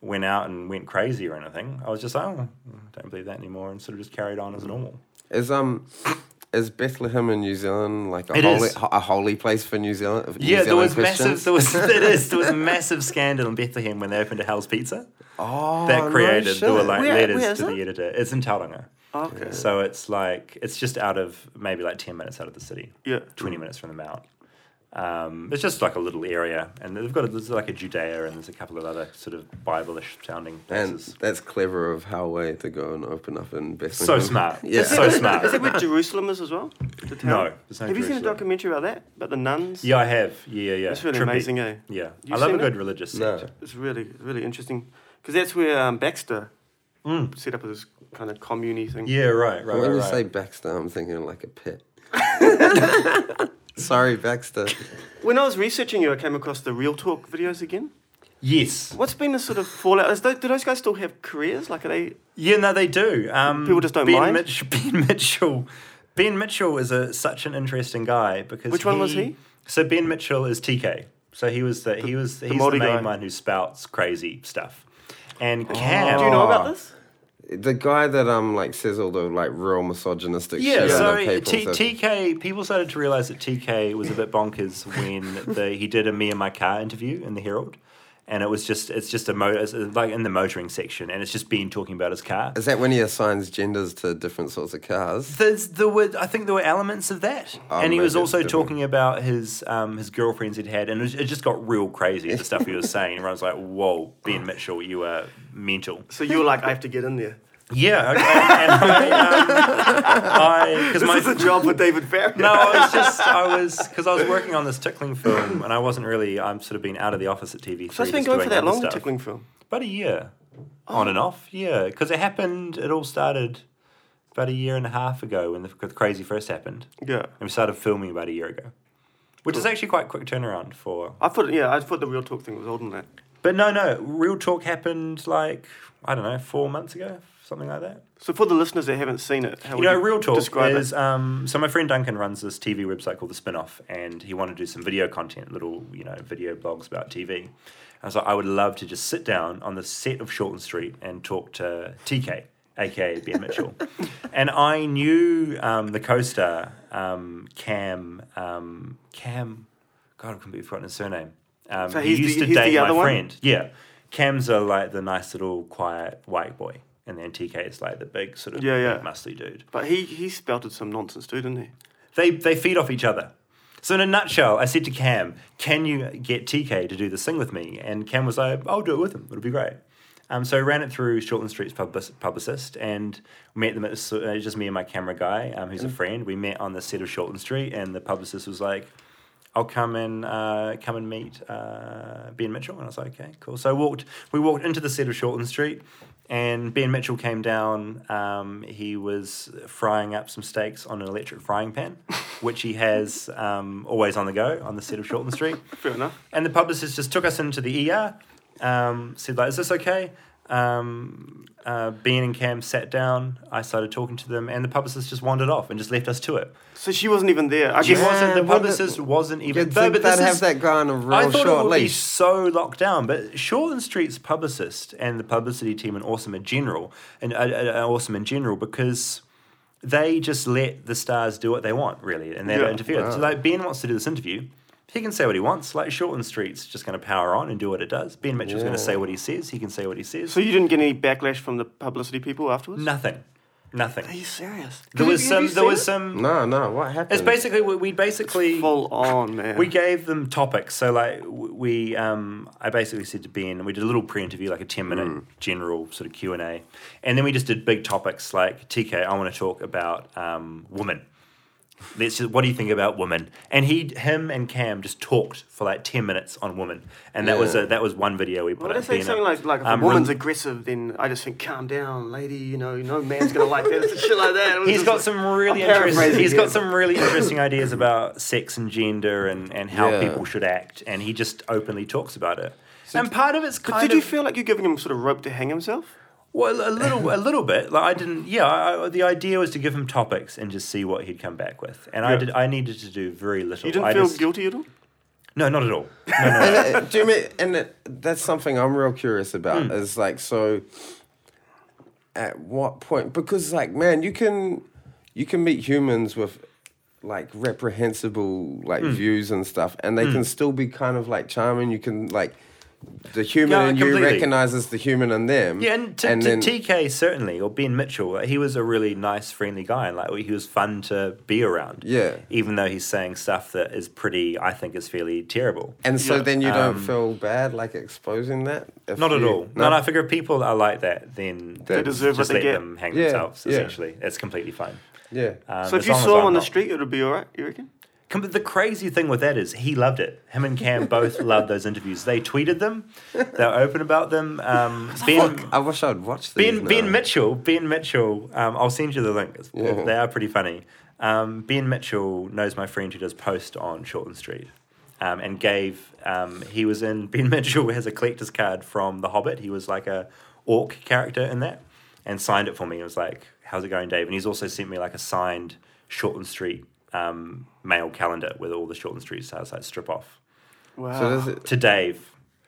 went out and went crazy or anything. I was just like, oh, I don't believe that anymore and sort of just carried on as normal. Is um is Bethlehem in New Zealand like a It holy is. ho- a holy place for New Zealand? New Yeah, there Zealand was massive. Christians? There was it is there was a massive scandal in Bethlehem when they opened a Hell's Pizza oh, that no created. there were shit. like Where- letters where is to it? the editor. It's in Tauranga. Oh, Okay. So it's like it's just out of maybe like ten minutes out of the city. Yeah. Mm. twenty minutes from the mount. Um, it's just like a little area, and they've got a, there's like a Judea and there's a couple of other sort of Bible-ish sounding And places. that's clever of Halway to go and open up in so Bethlehem. smart, Yeah. so smart. Is that where Jerusalem is as well? The town? No, there's no Have you seen a Jerusalem. documentary about that? About the nuns? yeah, I have. Yeah, yeah, yeah. It's really Trippy. amazing, eh? Yeah, You I love a seen good it? religious No. sect. It's really, really interesting. Because that's where um, Baxter set up this kind of commune thing. Yeah, right, right, When right. you right. say Baxter, I'm thinking like a pit. Sorry, Baxter. When I was researching you, I came across the Real Talk videos again. yes, What's been the sort of fallout? Is tho- do those guys still have careers? Like, are they. Yeah, no, they do. Um, People just don't ben mind? Mitch- ben Mitchell. Ben Mitchell is a, such an interesting guy because Which one was he? So Ben Mitchell is TK. So he was the, he was he's the Māori main guy. one who spouts crazy stuff. And Cam, Do you know about this? The guy that um like says all the like real misogynistic Yeah, shit. so in the papers T- that- TK, people started to realize that TK was a bit bonkers when the, he did a Me and My Car interview in the Herald. And it was just, it's just a motor, it's like in the motoring section, and it's just Ben talking about his car. Is that when he assigns genders to different sorts of cars? There's, there were, I think there were elements of that, Oh, and he was maybe also it's different. talking about his um, his girlfriends he'd had, and it, was, it just got real crazy the stuff he was saying. Everyone's like, "Whoa, Ben Mitchell, you are mental." So you were like, I have to get in there. Yeah, okay. and I, um, I, because This my is a job with David Farrier. no, I was just, I was, because I was working on this tickling film, and I wasn't really, I'm sort of been out of the office at TV. So it's been going for that long, the tickling Oh. film. About a year, on and off. Yeah, because it happened. It all started about a year and a half ago when the crazy first happened. Yeah. and we started filming about a year ago, which is actually quite a quick turnaround for. I thought, yeah, I thought the Real Talk thing was older than that. But no, no, real talk happened like I don't know four months ago, something like that. So for the listeners that haven't seen it, how You would know, real talk describe is it? um, so my friend Duncan runs this TV website called The Spinoff, and he wanted to do some video content, little you know video blogs about TV. And so I would love to just sit down on the set of Shorten Street and talk to TK, aka Ben Mitchell. and I knew um, the co-star um, Cam um, Cam. God, I have completely forgotten his surname. Um, So he he's the- used to he's the date other my one? friend. Yeah, Cam's are like the nice little quiet white boy, and then TK is like the big sort of Yeah, yeah. big muscly dude But he, he spouted some nonsense too, didn't he? they they feed off each other. So in a nutshell, I said to Cam, "Can you get TK to do this thing with me?" And Cam was like, "I'll do it with him. It'll be great." Um, so I ran it through Shortland Street's public- publicist and met them. At, so it was just me and my camera guy, um, who's a friend. We met on the set of Shortland Street, and the publicist was like, "I'll come and uh, come and meet uh, Ben Mitchell." And I was like, "Okay, cool." So I walked. We walked into the set of Shortland Street, and Ben Mitchell came down. Um, he was frying up some steaks on an electric frying pan, which he has um, always on the go on the set of Shortland Street. Fair enough. And the publicist just took us into the ER, um, said like, "Is this okay?" Um, uh, ben and Cam sat down. I started talking to them, and the publicist just wandered off and just left us to it. So she wasn't even there. I She guess wasn't. The wouldn't- publicist wasn't even. You'd No, think but they'd this have is- that guy on a real I thought short it would be leash. so locked down. But Shortland Street's publicist and the publicity team and Awesome in general and uh, uh, uh, Awesome in general because they just let the stars do what they want really, and they Yeah. don't interfere. So like Ben wants to do this interview. He can say what he wants. Like Shortland Street's just going to power on and do what it does. Ben Mitchell's going to say what he says. He can say what he says. So you didn't get any backlash from the publicity people afterwards? nothing, nothing. Are you serious? There was some. There was some. No, no. What happened? It's basically we we basically Full on, man. We gave them topics. So like w- we, um, I basically said to Ben, we did a little pre-interview, like a ten-minute Mm. general sort of Q and A, and then we just did big topics like TK. I want to talk about um, women. Let's just, what do you think about women? And he, him, and Cam just talked for like ten minutes on women, and that was Yeah. a, that was one video we put. Well, they up, say being a- something like, like if um, a woman's rel- aggressive, then I just think, calm down, lady. You know, no man's gonna like this and shit like that. It was He's just got like- some really I'm paraphrasing interesting, he's here. got some really interesting ideas about sex and gender and, and how Yeah. people should act, and he just openly talks about it. and part of it's kind Did of you feel like you're giving him sort of rope to hang himself? well a little a little bit like I didn't yeah I, I- the idea was to give him topics and just see what he'd come back with and I did I needed to do very little You didn't I feel just- Uh, guilty at all. no not at all and, uh, do you mean, and it, that's something I'm real curious Hmm. about. Is like so. At what point? Because like, man, you can, you can meet humans with, like reprehensible like Hmm. views and stuff, and they can still be kind of like charming. You can like, the human Yeah, in you completely. recognizes the human in them. Yeah, and to, to TK certainly, or Ben Mitchell, like, he was a really nice, friendly guy, and like he was fun to be around. Yeah. even though he's saying stuff that is pretty, I think, is fairly terrible. And so then you don't feel bad like exposing that. if Um, Not at you- all. No, no, I figure if people are like that, then They deserve just what let they get. them hang Yeah, themselves. yeah. Essentially, it's completely fine. Yeah. Um, So if as you long as saw him I'm on the not- street, it would be all right. You reckon? Com- The crazy thing with that is he loved it. Him and Cam both loved those interviews. They tweeted them. They were open about them. Um, ben, Fuck, I wish I'd watched these. Ben, now. ben Mitchell, Ben Mitchell, um, I'll send you the link. It's- Yeah. They are pretty funny. Um, ben Mitchell knows my friend who does post on Shortland Street. Um, and gave um, he was in Ben Mitchell has a collector's card from The Hobbit. He was like a orc character in that, and signed it for me. It was like, "How's it going, Dave?" And he's also sent me like a signed Shortland Street um, mail calendar with all the Shortland Street stars like strip off So Wow. does it, to Dave.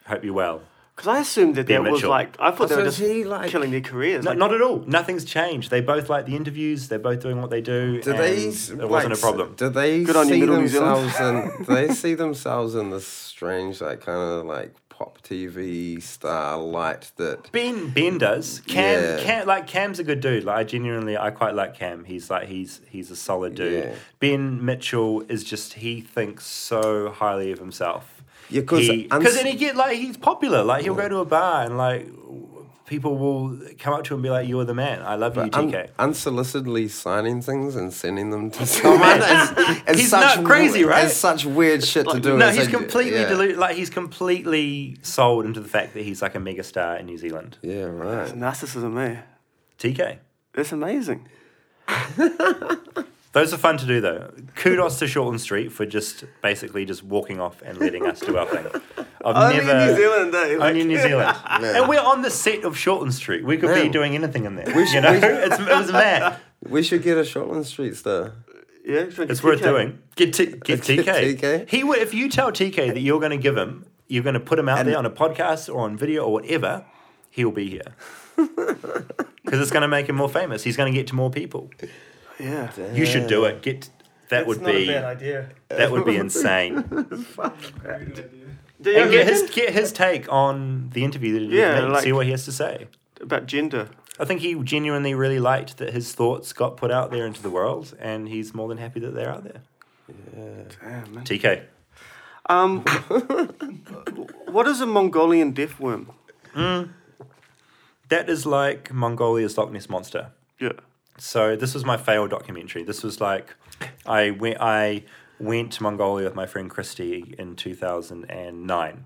Hope you're well. Because I assumed that Ben that was Mitchell. like I thought they So were is just he, like- killing their careers. No, like, not at all. Nothing's changed. They both like the interviews. They're both doing what they do. do and they? it wasn't a problem. Do they Good on you, see Middle New Zealand. themselves in? Do they see themselves in this strange, like kind of like pop TV star light that? Ben Ben does. Cam Yeah. Cam like Cam's a good dude. Like I genuinely I quite like Cam. He's like he's he's a solid dude. Yeah. Ben Mitchell is just he thinks so highly of himself. Yeah, 'cause He- uns- then he get like he's popular. Like he'll go to a bar and like people will come up to him and be like, "You're the man. I love you, Un- TK." unsolicitedly signing things and sending them to someone. it's, it's He's such not crazy, we- right? It's such weird shit to do. No, as he's a- completely yeah. deluded. Like he's completely sold into the fact that he's like a megastar in New Zealand. Yeah, right. narcissism, eh? TK. That's amazing. Those are fun to do though. Kudos to Shortland Street for just basically just walking off and letting us do our thing. I've Only in never New Zealand, eh? Like- only in New Zealand, and we're on the set of Shortland Street. We could be Man. doing anything in there. should- you know, we should- it's, it was mad. We should get a Shortland Street star. Yeah, it's like It's a worth TK. doing. Get, t- get Get TK. TK. He would if you tell TK that you're going to give him, you're going to put him out there on a podcast or on video or whatever. He'll be here because it's going to make him more famous. He's going to get to more people. Yeah, You should do it. Get that would be idea. that would be insane. Good idea. Do you and get his reckon? get his take on the interview that he did Yeah, with me, like- see what he has to say. about gender? I think he genuinely really liked that his thoughts got put out there into the world, and he's more than happy that they're out there. Damn, man. TK, Um, what is a Mongolian death worm? that is like Mongolia's Loch Ness monster. Yeah. So this was my failed documentary. This was like, I went I went to Mongolia with my friend Christy in two thousand and nine,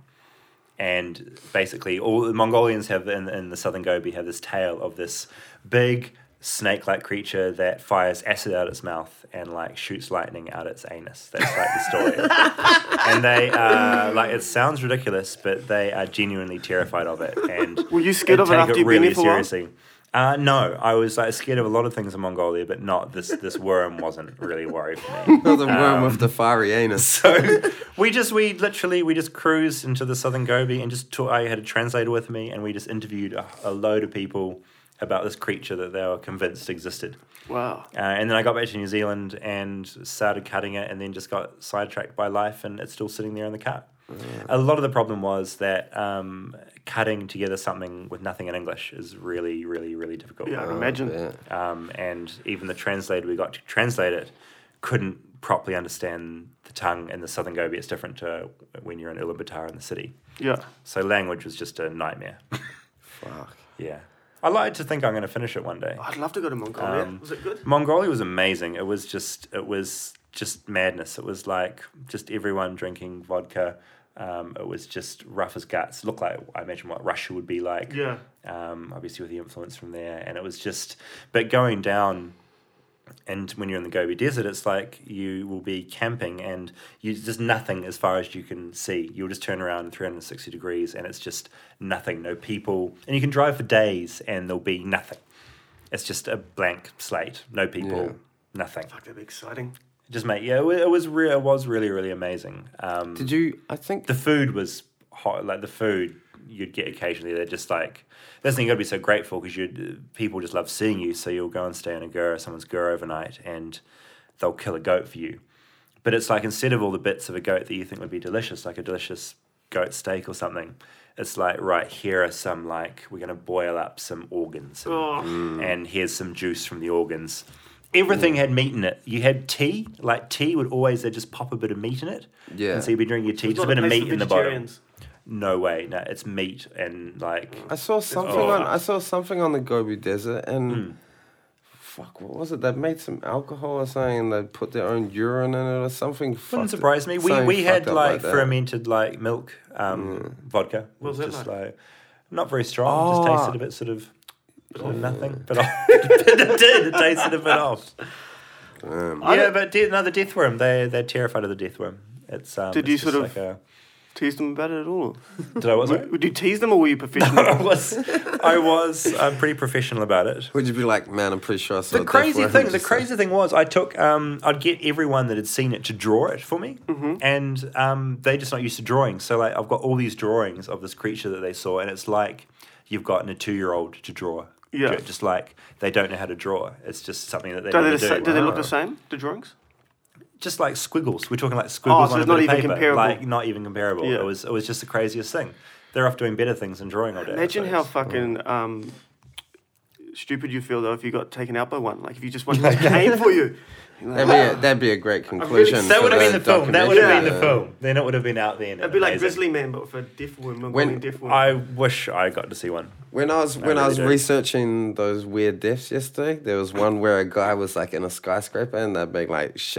and basically all the Mongolians have in, in the southern Gobi have this tale of this big snake like creature that fires acid out its mouth and like shoots lightning out its anus. That's like the story and they are like it sounds ridiculous, but they are genuinely terrified of it. And Were you scared and of it take after you'd been really there for a while? seriously. Uh, no, I was like scared of a lot of things in Mongolia, but not this. This worm wasn't really worried for me. Not the worm with the fiery anus. So we just we literally we just cruised into the southern Gobi and just took, I had a translator with me and we just interviewed a, a load of people about this creature that they were convinced existed. Wow. Uh, and then I got back to New Zealand and started cutting it, and then just got sidetracked by life, and it's still sitting there in the cut. Mm. A lot of the problem was that um, cutting together something with nothing in English is really, really, really difficult. Yeah, I can imagine. Yeah. Um, and even the translator we got to translate it couldn't properly understand the tongue in the Southern Gobi. It's different to when you're in Ulaanbaatar in the city. Yeah. So language was just a nightmare. Fuck. Yeah. I like to think I'm going to finish it one day. I'd love to go to Mongolia. Um, was it good? Mongolia was amazing. It was just it was just madness. It was like just everyone drinking vodka. Um, it was just rough as guts. Looked like I imagine what Russia would be like. Yeah. Um, obviously with the influence from there, and it was just. But going down, and when you're in the Gobi Desert, it's like you will be camping, and you just nothing as far as you can see. You'll just turn around 360 degrees, and it's just nothing. No people, and you can drive for days, and there'll be nothing. It's just a blank slate. No people. Yeah. Nothing. Fuck, that'd be exciting. Just mate. Yeah, it wa- it was real. It was really, really amazing. Um, Did you? I think the food was hot. Like the food you'd get occasionally, they're just like that's the thing. You got to be so grateful because you people just love seeing you. So you'll go and stay in a gur, someone's gur overnight, and they'll kill a goat for you. But it's like instead of all the bits of a goat that you think would be delicious, like a delicious goat steak or something, it's like right here are some like we're gonna boil up some organs. and- Oh. and here's some juice from the organs. Everything had meat in it. You had tea, like tea would always they'd just pop a bit of meat in it. Yeah. And so you'd be drinking your tea, just a Not bit of place meat for in the bottom. vegetarians. No way, no, it's meat and like I saw something all Hmm. on. fucked. I saw something on the Gobi Desert and. Fuck, what was it? They made some alcohol or something and they put their own urine in it or something. wouldn't fucked- surprise me. We something we had fucked up like, that. fermented like milk, um, vodka. What was It that just like? like not very strong, it Oh. just tasted a bit sort of Oh. sort of nothing, but off. it did. It tasted a bit off. I yeah, don't- but de- no, the death worm. They they're terrified of the death worm. It's um, it's Did you just sort of- like a- Tease them about it at all. did I what? sorry? Would, would you tease them or were you professional? I was, I was. I'm pretty professional about it. Would you be like, man, I'm pretty sure I saw The crazy thing, the crazy thing was, I took, um, I'd get everyone that had seen it to draw it for me, Mm-hmm. and um, they're just not used to drawing. So like, I've got all these drawings of this creature that they saw, and it's like you've gotten a two year old to draw. Yeah. Ju- just like they don't know how to draw. It's just something that they do don't they, do. Uh-huh. the, sa- do they look the same? The drawings? just like squiggles. We're talking like squiggles Oh, so on a it's bit not of even paper. comparable. Like not even comparable. Yeah. It was it was just the craziest thing. They're off doing better things than drawing all day. I Imagine how suppose. fucking um, stupid you feel though if you got taken out by one. Like if you just one just came for you. You're like, That'd be, a, that'd be a great conclusion. That for would have been the film. That would have been documentary. the film. Then it would have been out then. It'd be like Grizzly Man, but for a deaf woman. When- When deaf woman. I wish I got to see one. When I was when I really was do. researching those weird deaths yesterday, there was one where a guy was like in a skyscraper and they'd make like sh-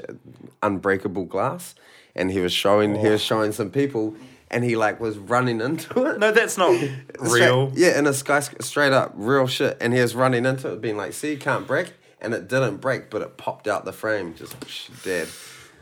unbreakable glass, and he was showing he Oh. was showing some people, and he like was running into it. No, that's not Straight- real. yeah, in a skyscraper, straight up, real shit. And he was running into it, being like, "See, you can't break," and it didn't break, but it popped out the frame, just psh, dead.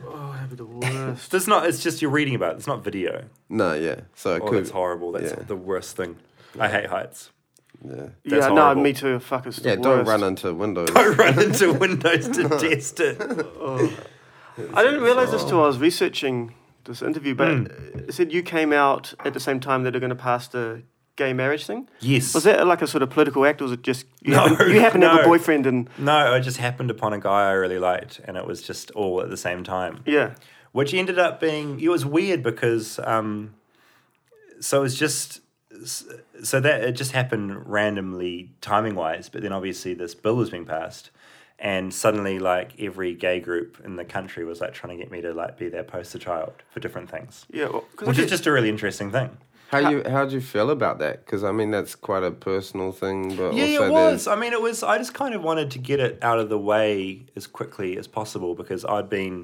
oh, that'd be the worst. That's not. It's just you're reading about. It. It's not video. No, yeah. So it Oh, could. that's horrible. That's yeah. the worst thing. I hate heights. Yeah, yeah, That's no, horrible. me too. Fuck, it's the yeah. Don't worst. run into windows. I run into windows to test it. I didn't realize this till I was Hmm. researching this interview, but Hmm. it said you came out at the same time that they're going to pass the gay marriage thing. Yes. Was that like a sort of political act, or was it just you No, happen, you happen to have a no. boyfriend and No, I just happened upon a guy I really liked, and it was just all at the same time. yeah? which ended up being it was weird because um so it was just so that it just happened randomly timing wise but then obviously this bill was being passed and suddenly like every gay group in the country was like trying to get me to like be their poster child for different things Yeah, well, 'cause which I is get- just a really interesting thing How you how do you feel about that? Because I mean that's quite a personal thing, but Yeah, also it was. there's- I mean, it was. I just kind of wanted to get it out of the way as quickly as possible because I'd been,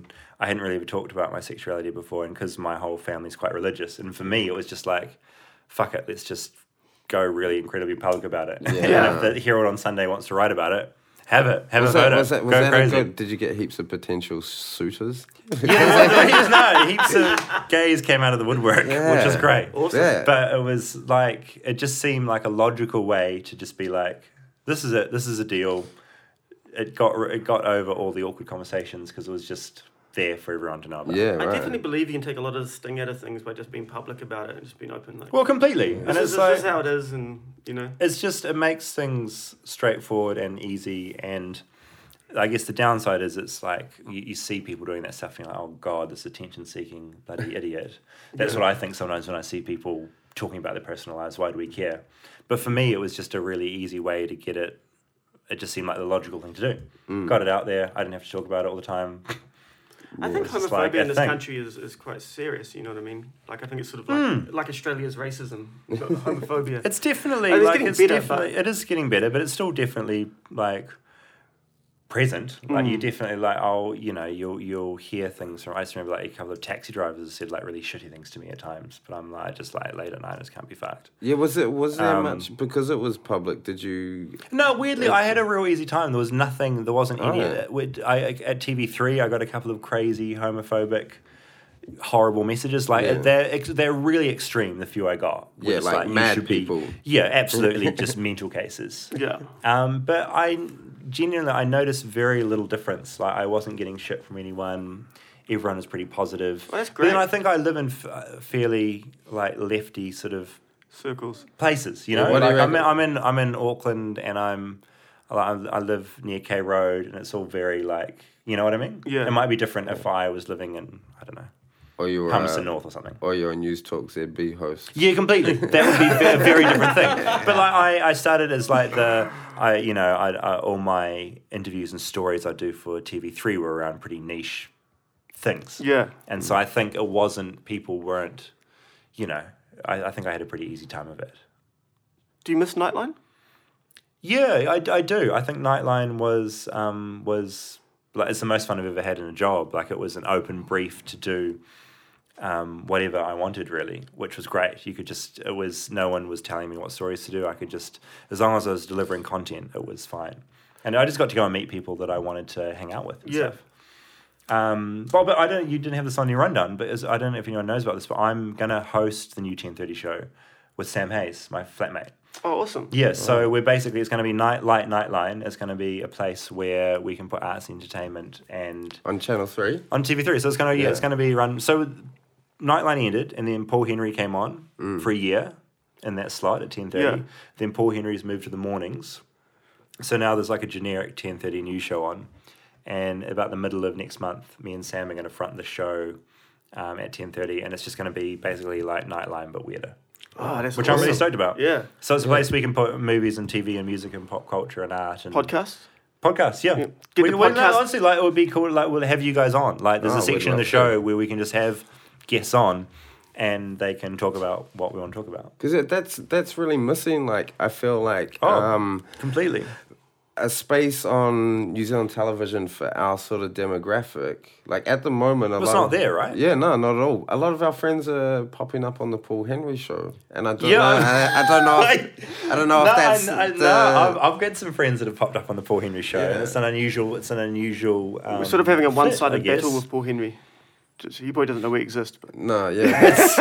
I hadn't really ever talked about my sexuality before, and because my whole family's quite religious, and for me, it was just like, fuck it, let's just go really incredibly public about it. and Yeah. if the Herald on Sunday wants to write about it, have it, have was a that, photo, was that, was go that a crazy. good? Did you get heaps of potential suitors? Yeah, heaps, no, heaps of gays came out of the woodwork, which is Yeah. great. Awesome. Yeah. But it was like, it just seemed like a logical way to just be like, this is it, this is a deal. It got it got over all the awkward conversations because it was just there for everyone to know about. Yeah, I right. definitely believe you can take a lot of the sting out of things by just being public about it and just being open. Like, Well, completely. And it's this, is, like, this is how it is, and you know, it's just it makes things straightforward and easy and I guess the downside is it's like you, you see people doing that stuff and you're like, oh God, this attention seeking bloody idiot. That's what I think sometimes when I see people talking about their personal lives, why do we care? But for me it was just a really easy way to get it it just seemed like the logical thing to do. Got it out there. I didn't have to talk about it all the time. I think It's just like homophobia a in this thing. country is, is quite serious. You know what I mean? Like I think it's sort of like like Australia's racism, but homophobia. Hmm. It's definitely And it's like getting Oh, it's better, definitely it is getting better, but it's still definitely like present. Like you definitely like oh you know you'll you'll hear things from. I just remember like a couple of taxi drivers said like really shitty things to me at times, but I'm like just like late at night I just can't be fucked. Yeah, was it was there Um, much because it was public? Did you? No, weirdly I had a real easy time. There was nothing. There wasn't any Oh. of it. We'd- I, I- at TV three I got a couple of crazy homophobic. Horrible messages like Yeah. they're ex- they're really extreme. The few I got, We're Yeah, just like you mad should be- people. yeah, absolutely, just mental cases. yeah. Um, but I genuinely I noticed very little difference. Like I wasn't getting shit from anyone. Everyone was pretty positive. Well, that's But then great. I think I live in f- uh, fairly like lefty sort of Circles. places. You know, what do like, you I'm, in, reckon? I'm in I'm in Auckland and I'm I I live near K Road and it's all very like you know what I mean. Yeah. It might be different if I was living in I don't know Or you were Palmerston uh, North or something. Or you're a News Talk ZB host. Yeah, completely. That would be a very different thing. But like, I, I started as like the, I you know, I, I all my interviews and stories I do for TV three were around pretty niche things. Yeah. And so I think it wasn't people weren't, you know, I, I think I had a pretty easy time of it. Do you miss Nightline? Yeah, I, I do. I think Nightline was um, was like it's the most fun I've ever had in a job. Like it was an open brief to do um, whatever I wanted really, which was great. You could just it was no one was telling me what stories to do. I could just as long as I was delivering content, it was fine. And I just got to go and meet people that I wanted to hang out with. And Yeah. Stuff. Um, well, but I don't. You didn't have this on your rundown, but as, I don't know if anyone knows about this, but I'm gonna host the new 10:30 show with Sam Hayes, my flatmate. Oh, awesome. Yeah, so we're basically it's going to be night light nightline. It's going to be a place where we can put arts, entertainment, and On Channel 3? on TV three. So it's going to yeah, it's Yeah. going to be run. So nightline ended, and then Paul Henry came on for a year in that slot at ten thirty. Yeah. Then Paul Henry's moved to the mornings. So now there's like a generic ten thirty news show on, and about the middle of next month, me and Sam are going to front the show. Um, at ten thirty, and it's just going to be basically like Nightline but weirder Oh, that's which awesome. I'm really stoked about. Yeah. So it's a place we can put movies and TV and music and pop culture and art and Podcast. Podcasts, yeah. Get we, the well, no, podcast- honestly, like it would be cool. Like we'll have you guys on. Like there's Oh, a we'd section in love the to. show where we can just have guests on, and they can talk about what we want to talk about. Because that's that's really missing. Like I feel like Oh. um, Completely. a space on New Zealand television for our sort of demographic. Like at the moment, a Well, it's lot not of- there, right? Yeah, no, not at all. A lot of our friends are popping up on the Paul Henry show, and I don't Yeah, know. I- I, I don't know. If, I- I don't know No, if Oh, that's I, I, the. no, I've, I've got some friends that have popped up on the Paul Henry show. Yeah. It's an unusual. It's an unusual. Um, We're sort of having a fit, I one-sided guess. battle with Paul Henry. Just- He probably doesn't know we exist, but no, yeah, that's,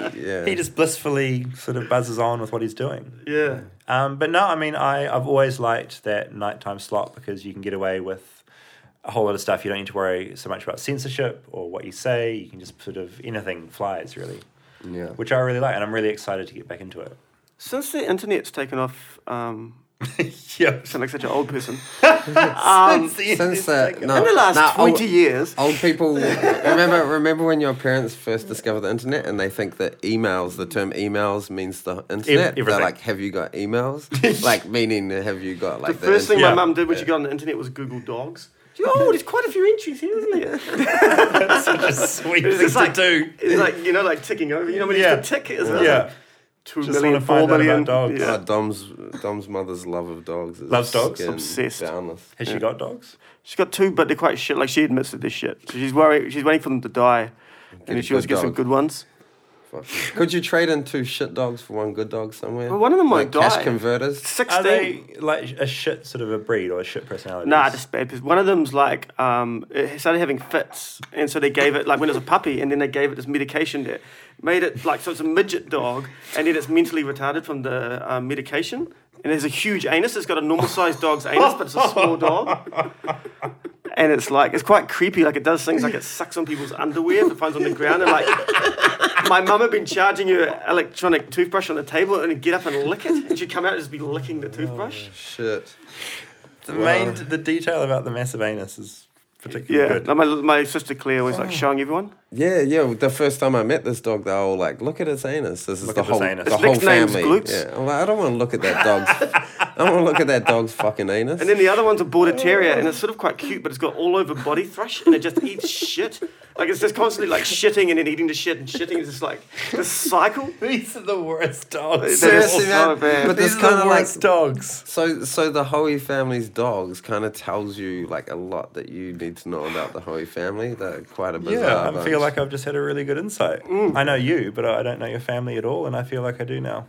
he, yeah. He just blissfully sort of buzzes on with what he's doing. yeah. Um, but no, I mean, I, I've always liked that nighttime slot because you can get away with a whole lot of stuff. You don't need to worry so much about censorship or what you say. You can just sort of anything flies, really, yeah. which I really like. And I'm really excited to get back into it. Since the internet's taken off, um, yeah. sound like such an old person. Since that, no, In the last oh, nah, old- twenty years, Old people remember remember when your parents first discovered the internet and they think that emails the term emails means the internet. They're everything. like, have you got emails? like meaning have you got the like first thing Yeah. my mum did when she got on the internet was Google Dogs. She goes, Oh, there's quite a few entries here, isn't there? Such a sweet It's thing just like, to do. It's like you know, like ticking over. You know when Yeah. you used to tick, is it? Yeah. Two Just million, wanna find four out about million. dogs. Uh, Yeah. Dom's Dom's mother's love of dogs is Loves dogs? skin Obsessed. boundless. Has she got dogs? She's got two, but they're quite shit. Like she admits that they're shit. So she's worried. She's waiting for them to die, and a then she wants to good get some dog. good ones. Fuck. Could you trade in two shit dogs for one good dog somewhere? Well, one of them like might cash die. converters. Are Sixteen. they like a shit sort of a breed or a shit personality? Nah, just bad. Because one of them's like, um, it started having fits, and so they gave it like when it was a puppy, and then they gave it this medication that made it like so it's a midget dog, and then it's mentally retarded from the um, medication, and there's a huge anus. It's got a normal sized dog's anus, but it's a small dog, and it's like it's quite creepy. Like it does things like it sucks on people's underwear if it finds on the ground, and like. My mum had been charging her electronic toothbrush on the table and would get up and lick it, and she'd come out and just be licking the toothbrush. Shit. the main the detail about the massive anus is particularly Yeah, good. like my, my sister Claire was like showing everyone. Yeah, yeah. well, The first time I met this dog, they were all like, "Look at its anus." This is Look the at this whole, anus. the Its whole next name's family. Glutes. Yeah, I'm like, I don't want to look at that dog's. I want to look at that dog's fucking anus. And then the other one's a border terrier, and it's sort of quite cute, but it's got all over body thrush, and it just eats shit. Like it's just constantly like shitting and then eating the shit and shitting. It's just like this cycle. These are the worst dogs. They're Seriously, so man. bad. But These this are kind the of like worst dogs. so. So the Hoey family's dogs kind of tells you like a lot that you need to know about the Hoey family. They're quite a bizarre. Yeah, I bunch. feel like I've just had a really good insight. Mm. I know you, but I I don't know your family at all, and I feel like I do now.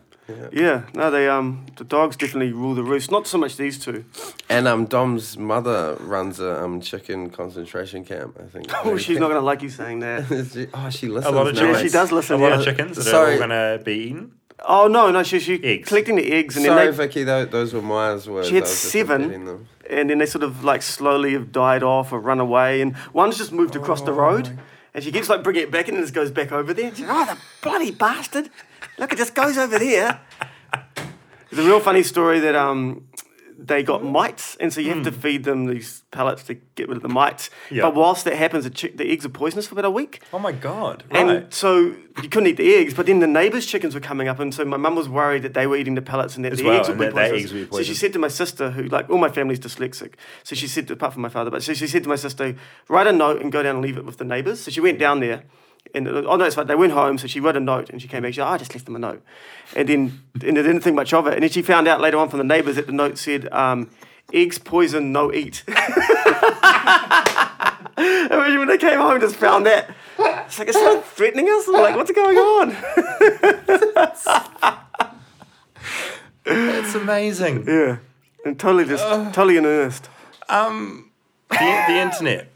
Yeah, no, they um the dogs definitely rule the roost. Not so much these two. And um, Dom's mother runs a um chicken concentration camp. I think. Oh, she's not gonna like you saying that. She- oh, she listens. A lot of now. chickens. Yeah, she does listen, A lot yeah. of chickens that are Sorry. all going to be eaten. Oh no, no, she she Eggs. collecting the eggs and Sorry, then they, Vicky. Those, those were Maya's words. She had I was just seven. repeating them. and then they sort of like slowly have died off or run away, and one's just moved across the road, Oh. and she keeps like bringing it back, and it just goes back over there. She's like, oh, the bloody bastard! Look, it just goes over there. It's a real funny story that um. They got Hmm. mites, and so you have to feed them these pellets to get rid of the mites. Yeah. But whilst that happens, the, chick- the eggs are poisonous for about a week. Oh my god! And Right. so you couldn't eat the eggs, but then the neighbours' chickens were coming up, and so my mum was worried that they were eating the pellets and that As the well, eggs would and that be their poisonous. eggs would be So she poisoned. said to my sister, who like all my family's dyslexic, so she said, to, apart from my father, but so she said to my sister, write a note and go down and leave it with the neighbours. So she went down there, and oh no, it's fine. They went home, so she wrote a note, and she came back. She said, oh, I just left them a note, and then and they didn't think much of it, and then she found out later on from the neighbours that the note said. Um, Eggs poison, no eat. Imagine when they came home and just found that. It's like, is someone threatening us? I'm like, what's going on? It's amazing. Yeah, and totally just totally in earnest. the, the internet.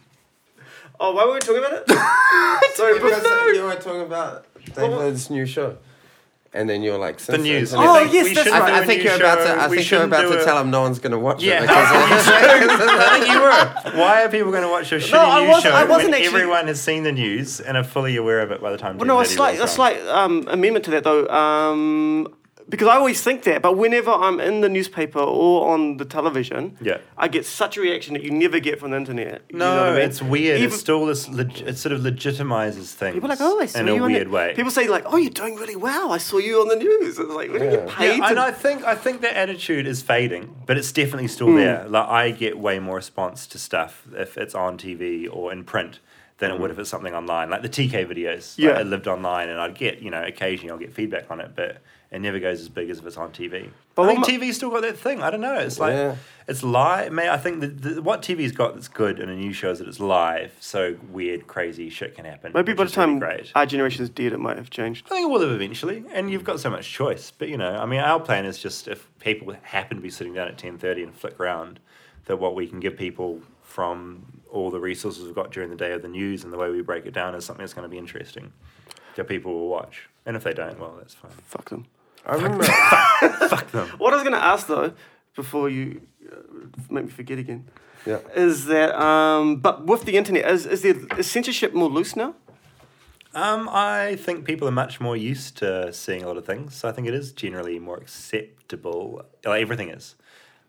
Oh, why were we talking about it? Sorry, uh, but Because you were talking about David's new show, and then you're like The since news. then- Oh, I think yes, we that's shouldn't right. do I, I a think new you're about show. to. I We think you're shouldn't about do to a- tell him no one's gonna watch Yeah. it. Because I think you were. Why are people going to watch your shitty I news wasn't- show I wasn't when actually- everyone has seen the news and are fully aware of it by the time? well, no, a 10:30 slight a rolls slight um, amendment to that though, um, because I always think that, but whenever I'm in the newspaper or on the television, Yeah. I get such a reaction that you never get from the internet. you No, know what I mean? it's weird. Even- it's still this. Leg- it sort of legitimizes things. People are like, oh, I saw in you a on the-" weird way. People say like, oh, you're doing really well. I saw you on the news. It's like, when do you get paid? yeah, to- and I think I think that attitude is fading, but it's definitely still Hmm. there. Like I get way more response to stuff if it's on TV or in print than it would if it's something online. Like the TK videos, like, Hmm. Yeah. it lived online, and I'd get you know occasionally I'll get feedback on it, but it never goes as big as if it's on TV. But But I what think ma- TV's still got that thing. I don't know. It's like Yeah. it's live. May I think the, the, what TV's got that's good in a new show is that it's live, so weird, crazy shit can happen. Maybe which by the is really time great. our generation is dead, it might have changed. I think it will have eventually, and you've got so much choice. But you know, I mean, our plan is just if people happen to be sitting down at ten thirty and flick around, that what we can give people from all the resources we've got during the day of the news and the way we break it down is something that's going to be interesting that people will watch. And if they don't, well, that's fine. Fuck them. I remember. What I was going to ask though, before you uh, make me forget again, Yeah. is that um, but with the internet, is is, there, is censorship more loose now? Um, I think people are much more used to seeing a lot of things, so I think it is generally more acceptable. Like everything is,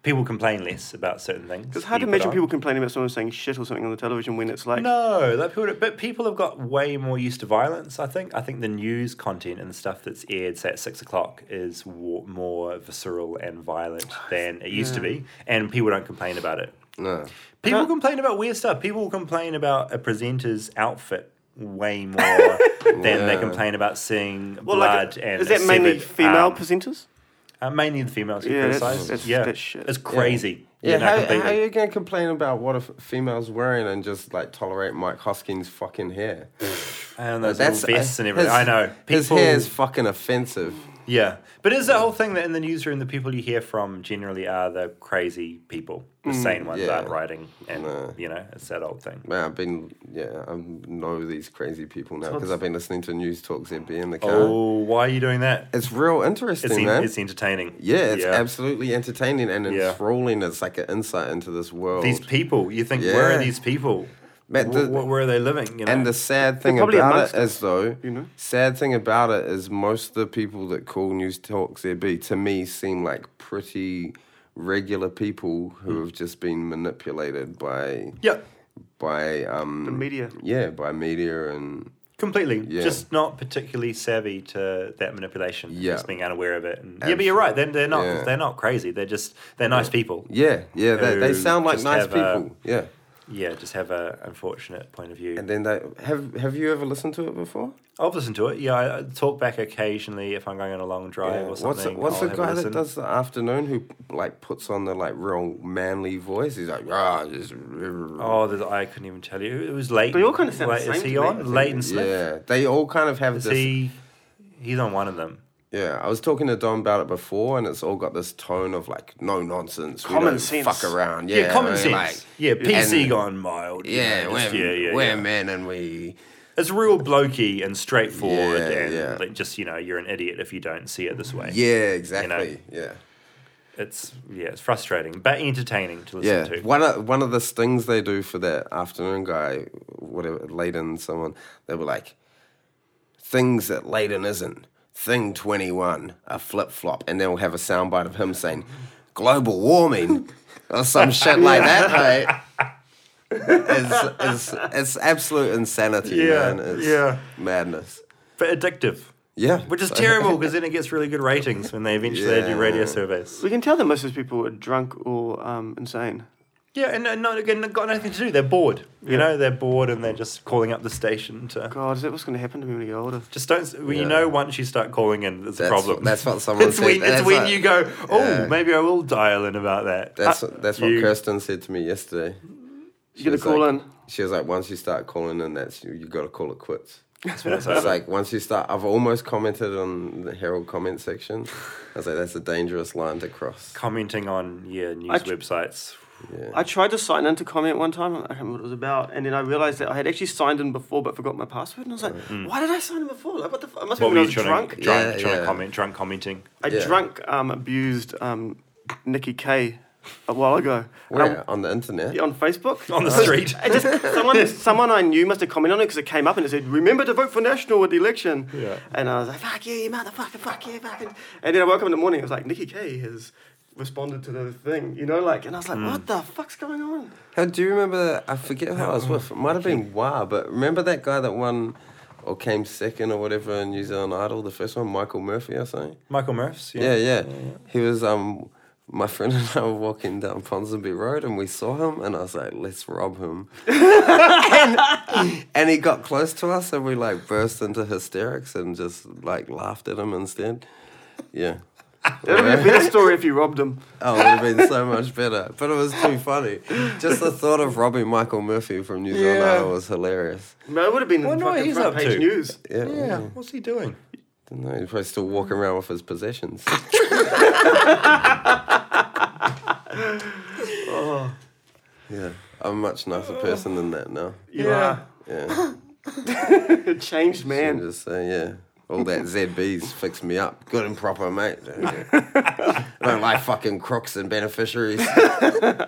people complain less about certain things. It's hard to you put imagine on. people complaining about someone saying shit or something on the television when it's like No, that people, but people have got way more used to violence. I think. I think the news content and the stuff that's aired, say at six o'clock, is wa- more visceral and violent than it used to be, and people don't complain about it. No. People complain about weird stuff. People complain about a presenter's outfit way more than they Yeah. complain about seeing Well, blood like, and um, is a that mainly severed female arm. presenters? Uh, mainly the females who Yeah, that's- criticize. that's- yeah, that's shit. it's crazy. Yeah, no, how, how completely. are you gonna complain about what a f- female's wearing and just like tolerate Mike Hoskins' fucking hair? and those That's uh, little vests and his- everything. I know. His hair is fucking offensive. Yeah, but is the whole thing that in the newsroom the people you hear from generally are the crazy people, the sane ones Mm, yeah. aren't writing, and No. you know it's that old thing. Man, I've been yeah, I know these crazy people now because I've been listening to News Talk ZB in the car. Oh, why are you doing that? It's real It's interesting, en- man. it's entertaining. yeah, it's absolutely entertaining and Yeah. enthralling. It's like an insight into this world. These people, you think where are Yeah. these people? Man, Wh- the- wh- where are they living? You know? And the sad thing probably about amongst it is, though, you know? sad thing about it is most of the people that call News Talk ZB to me seem like pretty regular people Hmm. who have just been manipulated by yeah, by um The media. yeah by media and Completely. Yeah. Just not particularly savvy to that manipulation. Yeah. Just being unaware of it. And, yeah, but you're right. They're, they're not Yeah. they're not crazy. They're just they're nice people. Yeah, yeah, they, they Who sound like just nice have a- people. yeah. Yeah, just have a unfortunate point of view. And then they have have you ever listened to it before? I've listened to it. Yeah, I I talk back occasionally if I'm going on a long drive Yeah. or What's the, something. what's I'll the have a guy that listen. does the afternoon who like puts on the like real manly voice? He's like, ah, just Oh, there's, I couldn't even tell you. It was late. They all kinda sound the same Is to he me, I on? think. Leighton Smith. yeah. They all kind of have Is this. he? He's on one of them. Yeah, I was talking to Don about it before, and it's all got this tone of like no nonsense, we Common don't sense. Fuck around, yeah, Yeah, common we're sense. like- yeah, PC and- gone mild. you yeah, know, we're, just- yeah, yeah, we're yeah. men, and we It's real blokey and straightforward, Yeah, and yeah. like just you know, you're an idiot if you don't see it this way. yeah, exactly, yeah. it's yeah, it's frustrating but entertaining to listen Yeah, to. one of one of the things they do for that afternoon guy, whatever Layden, someone they were like, things that Layden isn't. Thing twenty one, a flip flop, and then we'll have a soundbite of him saying, "Global warming," or some shit like that, right? It's, it's, it's absolute insanity, Yeah, man. It's yeah. madness. But addictive, Yeah, which is so- terrible because then it gets really good ratings when they eventually do radio Yeah. surveys. We can tell that most of these people are drunk or um, insane. Yeah, and, and not, again, they've got nothing to do. They're bored. You Yeah. know, they're bored and they're just calling up the station to. God, is that what's going to happen to me when I get older? Just don't. Well, You Yeah. know, once you start calling in, there's a That's- problem. that's what someone it's said. When, it's That's when what- you go, oh, Yeah. maybe I will dial in about that. That's Uh, that's what you- Kirsten said to me yesterday. She gotta was call like- in. She was like, once you start calling in, that's you, you got to call it quits. That's what I It's said. like once you start, I've almost commented on the Herald comment section. I was like, that's a dangerous line to cross. Commenting on yeah news I tr- websites. I tried to sign in to comment one time. I can't remember what it was about, and then I realized that I had actually signed in before, but forgot my password. And I was like, "Why did I sign in before? Like, what the? F- I must have Mm. What been were I you was trying drunk. to drunk, Yeah, trying to yeah. comment? Drunk commenting. I Yeah. drunk, um, abused um, Nikki K a while ago. And I- Where? on the internet? on Facebook, On the street. I just someone someone I knew must have commented on it because it came up and it said, "Remember to vote for National at the election." Yeah. And I was like, "Fuck you, you motherfucker! Fuck you, fucking!" And then I woke up in the morning. I was like, "Nikki K has responded to the thing," you know, like, and I was Hmm. like, "What the fuck's going on?" How do you remember? I forget who I was with. It might have been Wah, but remember that guy that won or came second or whatever in New Zealand Idol, the first one, Michael Murphy or something? Michael Murphs. Yeah, yeah. He was um my friend and I were walking down Ponsonby Road and we saw him and I was like, let's rob him. and, and he got close to us and we like burst into hysterics and just like laughed at him instead. Yeah. It would be a better story if you robbed him. Oh, it would have been so much better. But it was too funny. Just the thought of robbing Michael Murphy from New Zealand Yeah. Idol was hilarious. No, it would have been Wonder what fucking he's front up page to. news. Yeah. Yeah. What's he doing? Didn't know, he's probably still walking around with his possessions. Oh. Yeah. I'm a much nicer person than that now. You yeah. Yeah. are a changed And man. just say, yeah. All that ZB's fixed me up. Good and proper, mate. I don't like fucking crooks and beneficiaries.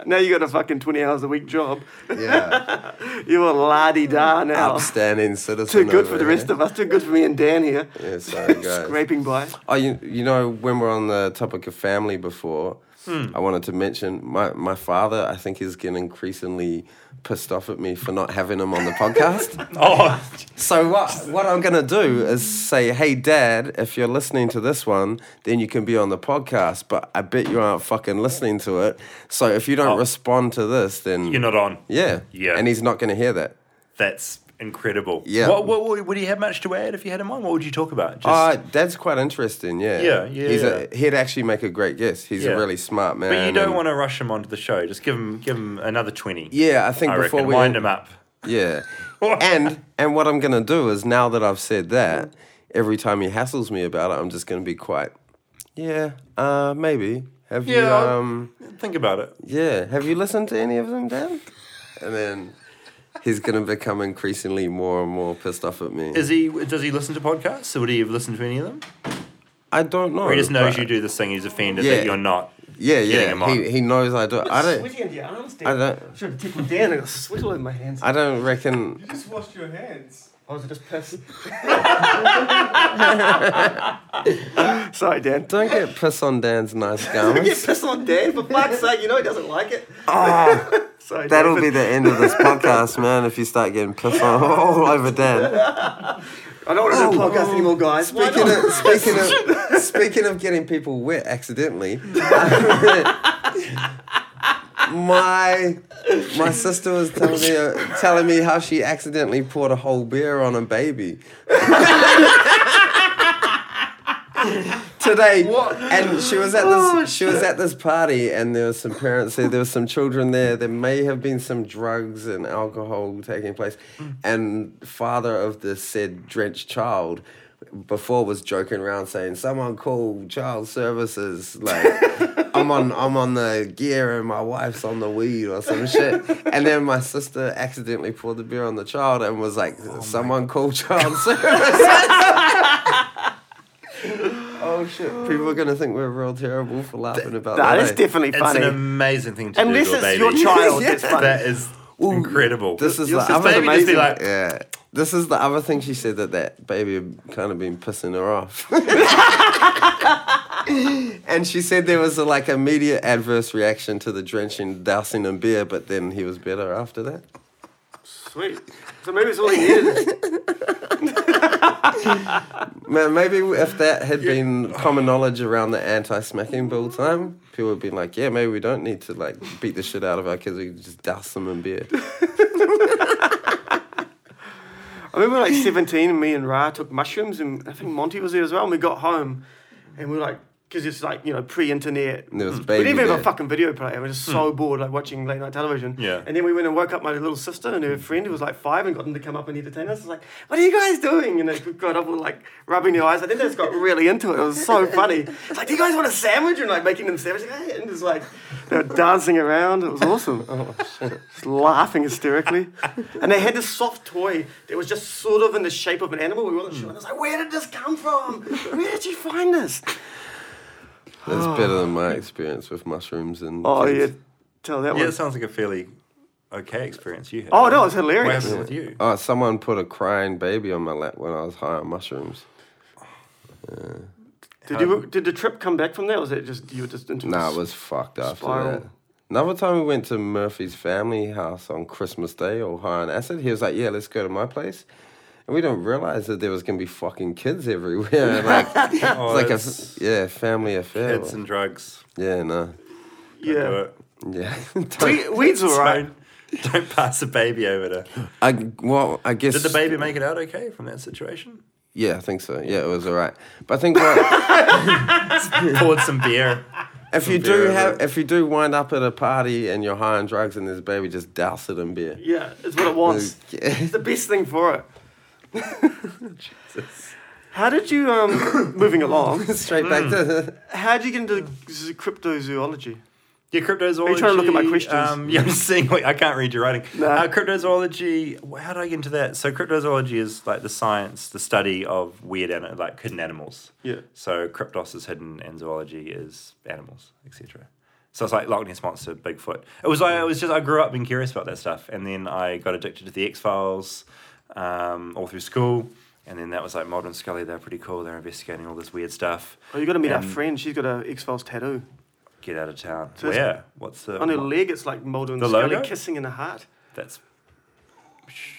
Now you got a fucking twenty hours a week job. Yeah. You are la di da now. Upstanding citizen. Too good for over the rest here. of us. Too good for me and Dan here. Yeah, sorry, guys. Scraping by. Oh, you, you know, when we're on the topic of family before, Hmm. I wanted to mention my, my father, I think, is getting increasingly pissed off at me for not having him on the podcast. Oh, so, what, what I'm going to do is say, hey, dad, if you're listening to this one, then you can be on the podcast, but I bet you aren't fucking listening to it. So, if you don't respond to this, then. you're not on. Yeah. Oh. Yeah. And he's not going to hear that. That's incredible. Yeah. What, what, what- would he have much to add if you had him on? What would you talk about? Just, Uh, that's quite interesting, yeah. Yeah, yeah, He's yeah. A, he'd actually make a great guest. He's Yeah. a really smart man. but you don't and- want to rush him onto the show. Just give him give him another twenty. Yeah, I think I before reckon. we Wind him up. Yeah. and and what I'm gonna do is now that I've said that, every time he hassles me about it, I'm just gonna be quite. Yeah. Uh, maybe. Have you? Yeah, I'll- Um. Think about it. Yeah. Have you listened to any of them, Dan? And then he's gonna become increasingly more and more pissed off at me. Is he? Does he listen to podcasts? Or would he have listened to any of them? I don't know. Or he just knows but- you do this thing. He's offended Yeah. that you're not. Yeah, getting him yeah. on. He, he knows I do. I don't. Sweaty in your arms, Dan. I don't. Should have tickled Dan. I got sweat all over my hands. I don't reckon. You just washed your hands. I was just pissed. Sorry, Dan. Don't get piss on Dan's nice garments. Get pissed on Dan for fuck's sake. You know he doesn't like it. Oh, Sorry, that'll Dan, be the end of this podcast, man. If you start getting piss on all over Dan. I don't want to do a podcast anymore, guys. Why Speaking not? of, speaking of, speaking of getting people wet accidentally, my my sister was telling me uh, telling me how she accidentally poured a whole beer on a baby. today. And she was at this she was at this party and there was some parents there, there was some children there, there may have been some drugs and alcohol taking place. And father of the said drenched child before was joking around saying, Someone call child services like I'm on I'm on the gear and my wife's on the weed or some shit. And then my sister accidentally poured the beer on the child and was like, Someone call child services Oh shit! People are gonna think we're real terrible for laughing about Nah, that. that's eh? definitely It's an funny. amazing thing to Unless do to a it's baby. your child, it's Yeah. funny. That is incredible. This is Your the sister- other baby just be amazing. like, yeah. This is the other thing she said that that baby had kind of been pissing her off. and she said there was a, like immediate adverse reaction to the drenching, dousing in beer, but then he was better after that. Sweet. So maybe it's all he needed. Man, maybe if that had been common knowledge around the anti-smacking bill time, people would be like, "Yeah, maybe we don't need to like beat the shit out of our kids. We can just douse them in beer." I remember like 17 and me and Ra took mushrooms and I think Monty was there as well and we got home and we were like, because it's like, you know, pre-internet. And there was a We baby. didn't even have there. Hmm. a fucking video player. We were just so bored, like watching late night television. Yeah. And then we went and woke up my little sister and her friend, who was like five, and got them to come up and entertain us. I was like, "What are you guys doing?" And they got up and like rubbing their eyes. I think they just got really into it. It was so funny. It's like, "Do you guys want a sandwich?" And like making them sandwiches, like, "Hey," and just like they were dancing around. It was awesome. Oh, just laughing hysterically. And they had this soft toy that was just sort of in the shape of an animal. We weren't sure. And I was like, "Where did this come from? Where did you find this?" That's better than my experience with mushrooms and. Oh kids. yeah, tell that yeah, one. it sounds like a fairly okay experience you had. Oh no, it's What hilarious. happened with you? Oh, someone put a crying baby on my lap when I was high on mushrooms. Did you did the trip come back from there? Or was it just you were just into Nah, this- it was fucked after Spiral. that. Another time we went to Murphy's family house on Christmas Day or high on acid. He was like, "Yeah, let's go to my place." And we didn't realize that there was gonna be fucking kids everywhere. like, it's Oh, like a it's- f- yeah, family affair. Kids and drugs. yeah, no, Do yeah. it. yeah. We, weed's all right. Don't, don't pass the baby over to. I well, I guess Did the baby make it out okay from that situation? Yeah, I think so. Yeah, it was alright. But I think what, Poured some beer. if you do Beer, have, yeah. if you do wind up at a party and you're high on drugs and there's a baby, just douse it in beer. Yeah, it's what it wants. Yeah. It's the best thing for it. How did you um moving along? Straight Hmm. back to How did you get into z- cryptozoology? Yeah, cryptozoology. you trying to look at my questions? Um, yeah, I'm just seeing. Wait, I can't read your writing. No. Uh, cryptozoology. wh- How do I get into that? So cryptozoology is like the science, the study of weird, ani- like hidden animals. Yeah. So cryptos is hidden, and zoology is animals, etc. So it's like Loch Ness monster, Bigfoot. It was like it was just I grew up being curious about that stuff, and then I got addicted to the X Files, um, all through school, and then that was like Mulder and Scully. They're pretty cool. They're investigating all this weird stuff. Oh, you got to meet our And- friend. She's got a X Files tattoo Get out of town. So it's- Where? What's the on her leg. It's like Mulder and The Scully logo? kissing in the heart. That's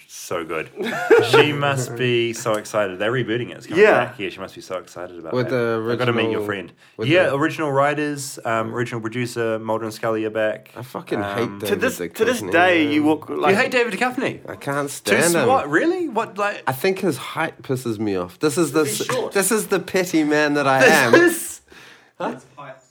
so good. she must be so excited. They're rebooting it. It's coming Yeah. back. Yeah, she must be so excited about With that. the I've got to meet your original- friend. with Yeah, the- original writers, um, original producer, Mulder and Scully are back. I fucking Um, hate To David this Duchovny, to this day, man. you walk like you hate David Duchovny? I can't Too stand him. smart, really? What like? I think his height pisses me off. This is the He's short. this is the petty man that I am. Is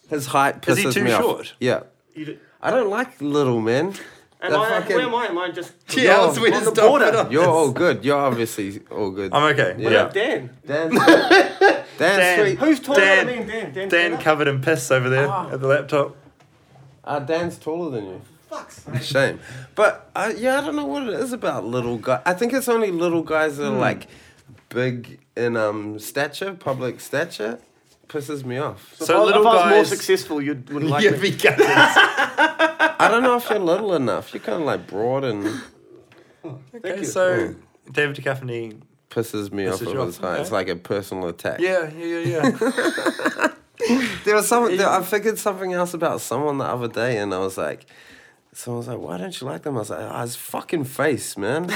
His height pisses he too me off. short? Yeah, You do- I don't like little men. Am They're I, fucking- Where am I? Am I just Yeah, Yo, that's weird. on the Stop it border. up. You're all good. You're obviously all good. I'm okay. Yeah. Dan? Dan's, Dan's Dan. sweet. Who's taller Dan. than me? and Dan. Dan. Ah. Dan covered in piss over there at the laptop. Uh, Dan's taller than you. Fucks. Shame. But uh, yeah, I don't know what it is about little guys. I think it's only little guys that are like big in um stature, public stature. Pisses me off. So if, little I, if I was more guys. successful, you wouldn't like Yeah, me. because I don't know if you're little enough. You're kind of like broad and okay, so David Duchovny pisses me off Pisses all you the off, time. It's okay. like a personal attack. Yeah, yeah, yeah, yeah. There was some. There, I figured something else about someone the other day, and I was like, someone was like, "Why don't you like them?" I was like, "Ah, "His fucking face, man."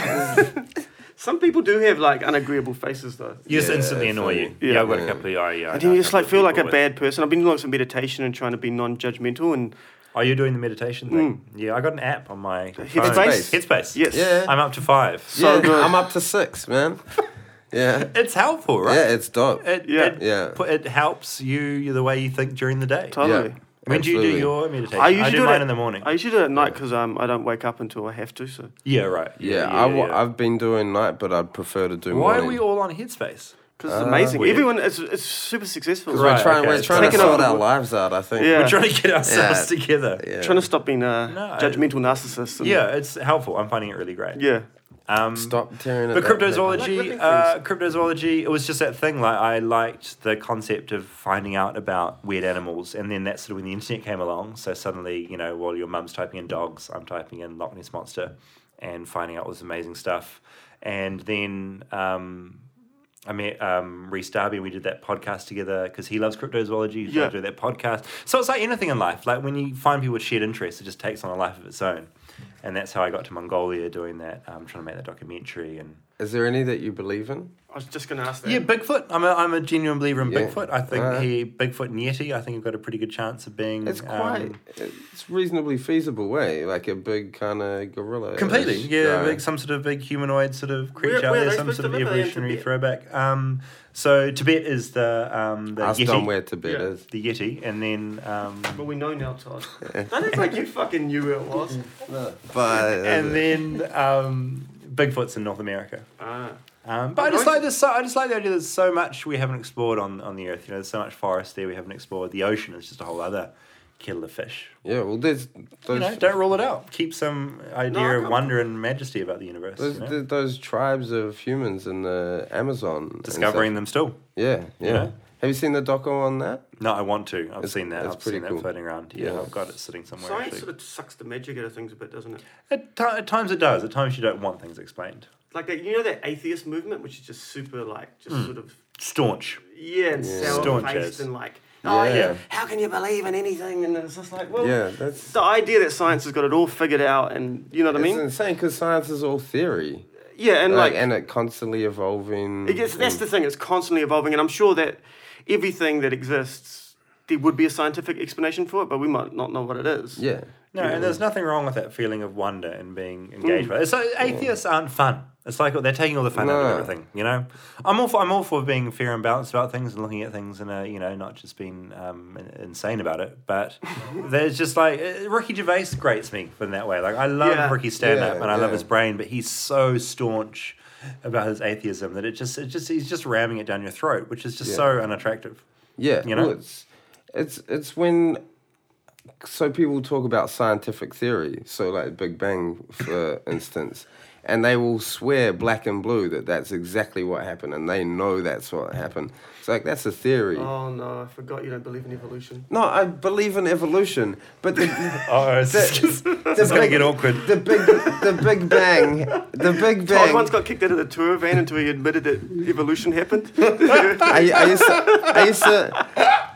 Some people do have like unagreeable faces though. You just Yeah, instantly annoy so- you. Yeah. Yeah, I've got a couple of. I, yeah, I And know then you just like couple feel of like a people with- bad person. I've been doing some meditation and trying to be non-judgmental and Are you doing the meditation thing? Yeah, I got an app on my Headspace? phone. Headspace. Mm. yes, Yeah. I'm up to five. So yeah, good. I'm up to six, man. Yeah, It's helpful, right? yeah, it's dope. It, Yeah. It, Yeah. pu- it helps you the way you think during the day. totally. Yeah. Oh, When do you Absolutely. do your meditation? I usually do, do it mine at- in the morning. I usually do it at night because um, I don't wake up until I have to. So yeah, right. Yeah, I w- I've been doing night, but I'd prefer to do Why morning. are we all on Headspace? because it's amazing. Ah, weird. Everyone, it's it's super successful. 'Cause Right, we're trying, okay, we're it's trying to taken sort over. our lives out. I think. Yeah. We're trying to get ourselves Yeah. together. Yeah. Yeah. Trying to stop being a No, I- judgmental narcissist. and- it's helpful. I'm finding it really great. yeah. Um, stop tearing it. But down. cryptozoology, uh, cryptozoology, it was just that thing. Like I liked the concept of finding out about weird animals, and then that's sort of when the internet came along. So suddenly, you know, while your mum's typing in dogs, I'm typing in Loch Ness monster, and finding out all this amazing stuff. And then um, I met um, Reese Darby, and we did that podcast together because he loves cryptozoology. He's yeah. Yeah. do that podcast. So it's like anything in life. Like when you find people with shared interests, it just takes on a life of its own. And that's how I got to Mongolia doing that, um, trying to make that documentary and Is there any that you believe in? I was just gonna ask that. yeah, Bigfoot. I'm a, I'm a genuine believer in Yeah. Bigfoot. I think Alright. he Bigfoot and Yeti. I think have got a pretty good chance of being. It's um, quite, it's reasonably feasible way, like a big kind of gorilla. completely. Yeah, like some sort of big humanoid sort of creature. where are There's they some supposed sort to of live? Are they in evolutionary Tibet? throwback. Um, so Tibet is the um the Ask Yeti, them where Tibet Yeah. is. the Yeti, and then um But we know now, Todd. that is like you fucking knew where it was. But and then um Bigfoot's in North America. Ah. Um, but I just Nice. like this. So, I just like the idea. There's so much we haven't explored on, on the earth. You know, there's so much forest there we haven't explored. The ocean is just a whole other kettle of fish. yeah, well, there's those you know, don't rule it out. Keep some No, I idea of can't- wonder and majesty about the universe. those, you know? th- those tribes of humans in the Amazon. and stuff. Discovering them still. Yeah, yeah. know? Have you seen the doco on that? No, I want to. I've It's- seen that. it's I've pretty seen cool. that floating around. Yeah, Yeah. I've got it sitting somewhere. Science actually. sort of sucks the magic out of things a bit, doesn't it? at, ti at times it does. At times you don't want things explained. Like that, you know that atheist movement, which is just super like just sort of Staunch. yeah and sour Hmm. Staunch faced as. and like oh yeah. Yeah. how can you believe in anything? And it's just like well Yeah, that's. the idea that science has got it all figured out and you know what I It's mean? insane because science is all theory, yeah, and like, like, and it constantly evolving. it gets, that's the thing. It's constantly evolving, and I'm sure that everything that exists there would be a scientific explanation for it, but we might not know what it is. yeah, No, and there's nothing wrong with that feeling of wonder and Hmm. being engaged by it. So atheists aren't fun. It's like they're taking all the fun out No. of everything, you know. I'm all for I'm all for being fair and balanced about things and looking at things and uh, you know not just being um, in- insane about it. But there's just like uh, Ricky Gervais grates me in that way. Like I love Yeah. Ricky's stand up Yeah, and I love yeah. his brain, but he's so staunch about his atheism that it just it just he's just ramming it down your throat, which is just Yeah. so unattractive. yeah. You know? well, it's it's it's when so people talk about scientific theory, so like Big Bang, for instance, and they will swear black and blue that that's exactly what happened, and they know that's what happened. It's like that's a theory. Oh no, I forgot you don't believe in evolution. No, I believe in evolution, but the, Oh, it's That- just, the it's gonna big- get awkward. the big the Big Bang, the Big Bang. Todd once Oh, got kicked out of the tour van until he admitted that evolution happened. I, I used to, I used to.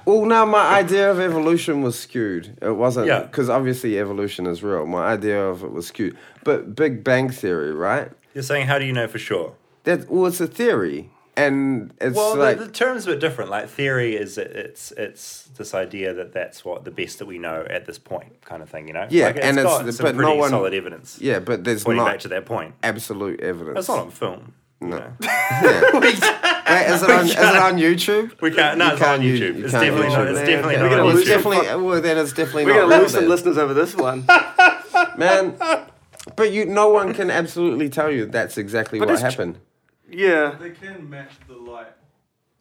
Well, now my idea of evolution was skewed. It wasn't Yeah. because obviously evolution is real. My idea of it was skewed. But Big Bang theory, right? You're saying how do you know for sure? That well, it's a theory, and it's Well, the- like the, term's a bit different. Like theory is it- it's it's this idea that that's what the best that we know at this point, kind of thing. You know. Yeah, like and it's- got some but no pretty one- solid evidence yeah, but there's pointing not back to that point. absolute evidence. That's not on film. No, Wait, is it on, is it on YouTube? we can't. No, You it's not on can't use- YouTube. you It's can't definitely use not. it. It's Man, definitely not okay. We're on gonna It's lose YouTube. some- definitely well. Then it's definitely We're not gonna lose some relevant. listeners over this one. man. But you, no one can absolutely tell you that's exactly what it's tr- happened. Yeah. They can match the light.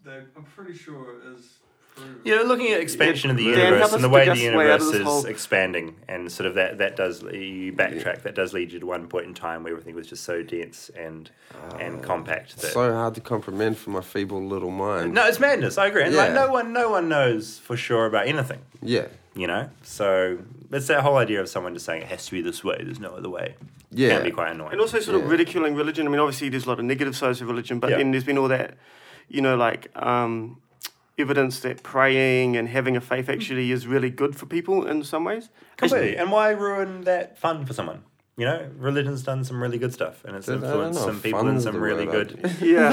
They, I'm pretty sure it is proven. You know, looking at expansion of the Dan, help universe and the us way dig the us way out of universe this is hole. expanding, and sort of that that does you backtrack. That does lead you to one point in time where everything was just so dense and and compact. That Oh, So hard to comprehend for my feeble little mind. no, it's madness. I agree. And like Yeah. no one, no one knows for sure about anything. Yeah. you know. So It's that whole idea of someone just saying it has to be this way. There's no other way. Yeah. can be quite annoying. And also sort of Yeah. ridiculing religion. I mean, obviously there's a lot of negative sides of religion, but Yeah. then there's been all that, you know, like um, evidence that praying and having a faith actually is really good for people in some ways. Completely. And why ruin that fun for someone? You know, religion's done some really good stuff, and it's I don't influenced know, some people in fun's some the really word, good. Yeah.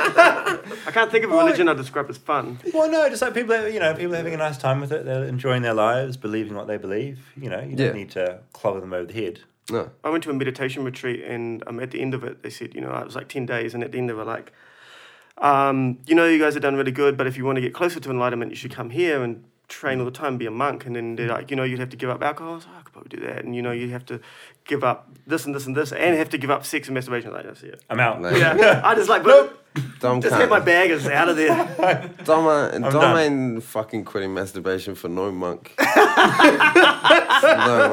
I can't think of a religion I describe as fun. Well, no, just like people, you know, people having a nice time with it. They're enjoying their lives, believing what they believe. You know, you don't Yeah. need to clobber them over the head. No. I went to a meditation retreat, and um, at the end of it, they said, you know, it was like 10 days, and at the end, they were like, um, you know, you guys have done really good, but if you want to get closer to enlightenment, you should come here and train all the time, be a monk. And then they're like, you know, you'd have to give up alcohol. I was like, I could probably do that. And, you know, you'd have to give up this and this and this, and have to give up sex and masturbation. Like, that's it. I'm out. Like, Yeah, I just like, nope. Dom Just can't- get my bag is out of there. Dom, uh, Dom done. ain't fucking quitting masturbation for no monk. no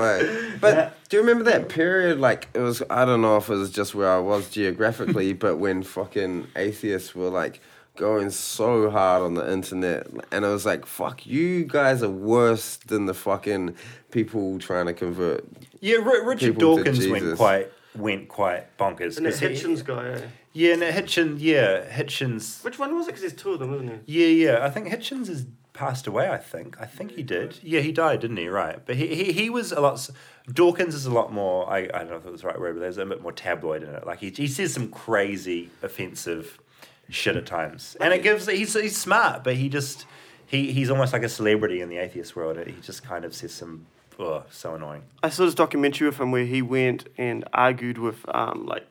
way. But do you remember that period? Like it was, I don't know if it was just where I was geographically, but when fucking atheists were like going so hard on the internet, and it was like, fuck, you guys are worse than the fucking people trying to convert. Yeah, Ri- Richard People to Dawkins went Jesus. quite went quite bonkers. And the 'cause he- Hitchens guy. eh? yeah, and Hitchens. Yeah, Hitchens. Which one was it? Because there's two of them, isn't there? Yeah, yeah. I think Hitchens has passed away. I think. I think he did. Yeah, he died, didn't he? Right. But he he, he was a lot. s- Dawkins is a lot more. I, I don't know if that's the right word, but there's a bit more tabloid in it. Like he he says some crazy offensive shit at times, and it gives. He's he's smart, but he just he he's almost like a celebrity in the atheist world. He just kind of says some. Oh, so annoying. I saw this documentary of him where he went and argued with um, like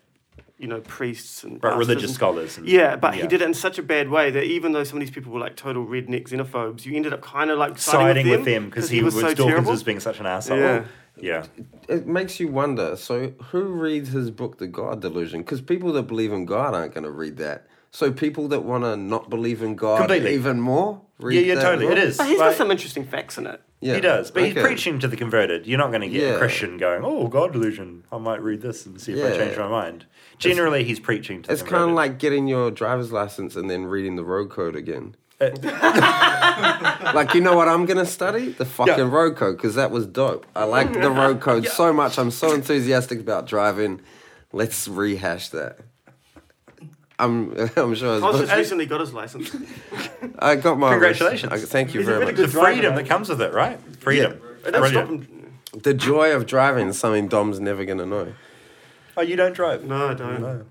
you know priests and But pastors religious and- scholars. and- Yeah, but he did it in such a bad way that even though some of these people were like total redneck xenophobes, you ended up kind of like siding with them because he, was, so Dawkins terrible. was being such an asshole. Yeah. yeah. It makes you wonder. So who reads his book, The God Delusion? Because people that believe in God aren't going to read that. So people that want to not believe in God Completely. even more. Yeah, Read yeah, that totally. It book? is. But he's Like- got some interesting facts in it. Yeah. He does, but he's Okay. preaching to the converted. You're not going to get a Yeah. Christian going, "Oh, God delusion." I might read this and see if I Yeah. change my mind. Generally, he's preaching to. It's the kind of converted. like getting your driver's license and then reading the road code again. Uh, like you know what I'm gonna study the fucking road code because that was dope. I like the road code so much. I'm so enthusiastic about driving. Let's rehash that. I'm I'm sure. It's, Oz just recently got his license. I got my Congratulations. I- thank you He's a very really much. the good driver, freedom though. that comes with it, right? Freedom. It don't stop Brilliant. him. The joy of driving is something Dom's never gonna know. Oh, you don't drive? No, I don't.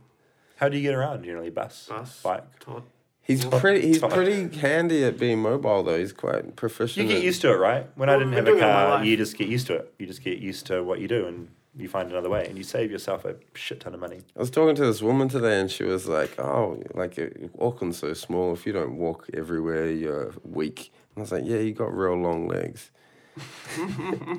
How do you get around? Generally, bus, Us, bike. Todd. He's pretty. He's pretty handy at being mobile though. He's quite proficient. You at- get used to it, right? When I Well, didn't I've have been a doing it all my car, life. you just get used to it. You just get used to what you do, and you find another way, and you save yourself a shit ton of money. I was talking to this woman today, and she was like, "Oh, like uh, Auckland's so small. If you don't walk everywhere, you're weak." And I was like, "Yeah, you got real long legs."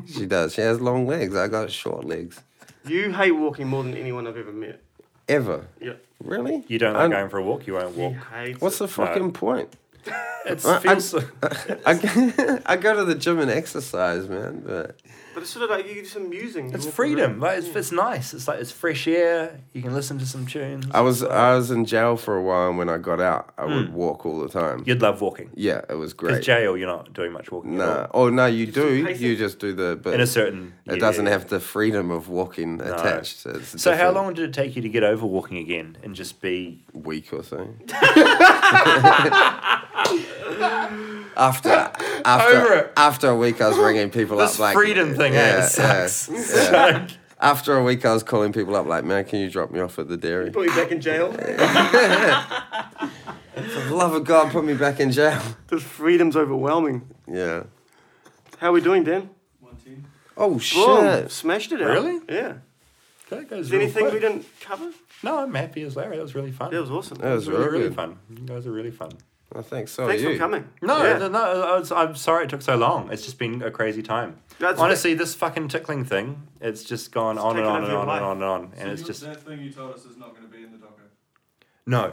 she does. She has long legs. I got short legs. You hate walking more than anyone I've ever met. Ever Yeah. really? You don't like I'm- going for a walk. You won't He walk. hates What's it. the fucking point? It I- feels. I, go- I go to the gym and exercise, man. But But it's sort of like you do some musing. you It's walk freedom. around. Like it's, it's nice. It's like it's fresh air. You can listen to some tunes. I was I was in jail for a while, and when I got out, I would walk all the time. You'd love walking. Yeah, it was Hmm. Because great. jail, you're not doing much walking. at nah. all. Oh no, you do do. pacing. You just do the. But In a certain. It yeah, doesn't yeah. have the freedom of walking attached. It's So how different long did it take you to get over walking again and just be? Week or so. after after Over it. after a week, I was ringing people This up like freedom thing, eh? It sucks. yeah. After a week, I was calling people up like, "Man, can you drop me off at the dairy?" Put me back in jail. For the love of God, put me back in jail. This freedom's overwhelming. Yeah. How are we doing, Dan? One ten. Oh Boom. shit. Smashed it out. Really? Yeah. That goes Is there real anything quick. we didn't cover? No, I'm happy as Larry. That was really fun. That was awesome. That was It was really, really really good. fun. You guys are really fun. I think so. Thanks you. for coming. No, Yeah. no, no, I was, I'm sorry it took so long. It's just been a crazy time. That's Honestly, this fucking tickling thing, it's just gone on and taken on over and your on, life. and on and on. And So it's you- just, that thing you told us is not going to be in the doco. no.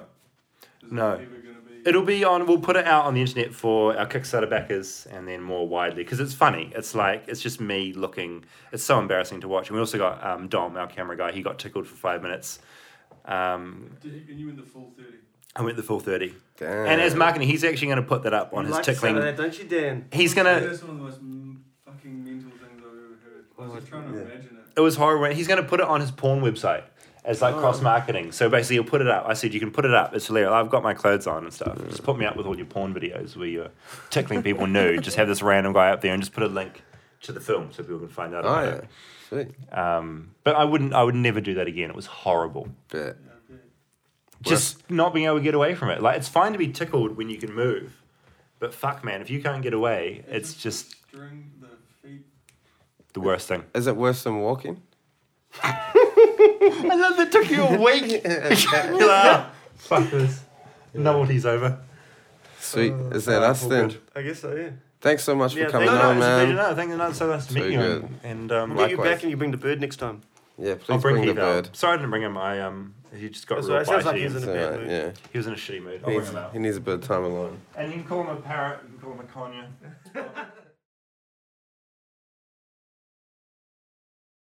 Is No. It ever gonna be It'll be on. We'll put it out on the internet for our Kickstarter backers, and then more widely because it's funny. It's like it's just me looking. It's so embarrassing to watch. And we also got um, Dom, our camera guy. He got tickled for five minutes. Um, Did you, and you in the full thirty? I went the full thirty. Damn. And as marketing, he's actually going to put that up on Uh. his You like the sound tickling. of that, don't you, Dan? He's Honestly, gonna. That's one of the most m- fucking mental things I've ever just trying to imagine it. It was horrible. He's going to put it on his porn website as Oh. like cross marketing. So basically, he'll put it up. I said, You can put it up. It's hilarious. I've got my clothes on and stuff. Just put me up with all your porn videos where you're tickling people nude. Just have this random guy up there and just put a link to the film so people can find out Oh about yeah, sweet. it. Um, but I wouldn't, I would never do that again. It was horrible. Bet. Just not being able to get away from it. Like, it's fine to be tickled when you can move. But fuck, man, if you can't get away, it's just During the feet. the worst thing. Is it worse than walking? I love that took you a week. You're like, "Ah, fuck this. Novelty's over. Sweet. Is that us Oh, all then? good. I guess so, yeah. Thanks so much Yeah, for coming thank- No, no, on, it's a pleasure. man. No, thank you. No, it's so nice to meet So you. good. And, and um, Get you Likewise. back and you bring the bird next time. Yeah, I'll please bring, bring, bring the bird. Sorry I didn't bring him. I um, he just got That's real right. Sounds like bitey he's and in a It's bad alright, mood. yeah. he was in a shitty mood. I'll He bring needs, him out. he needs a bit of time alone. And you can call him a parrot. You can call him a conure.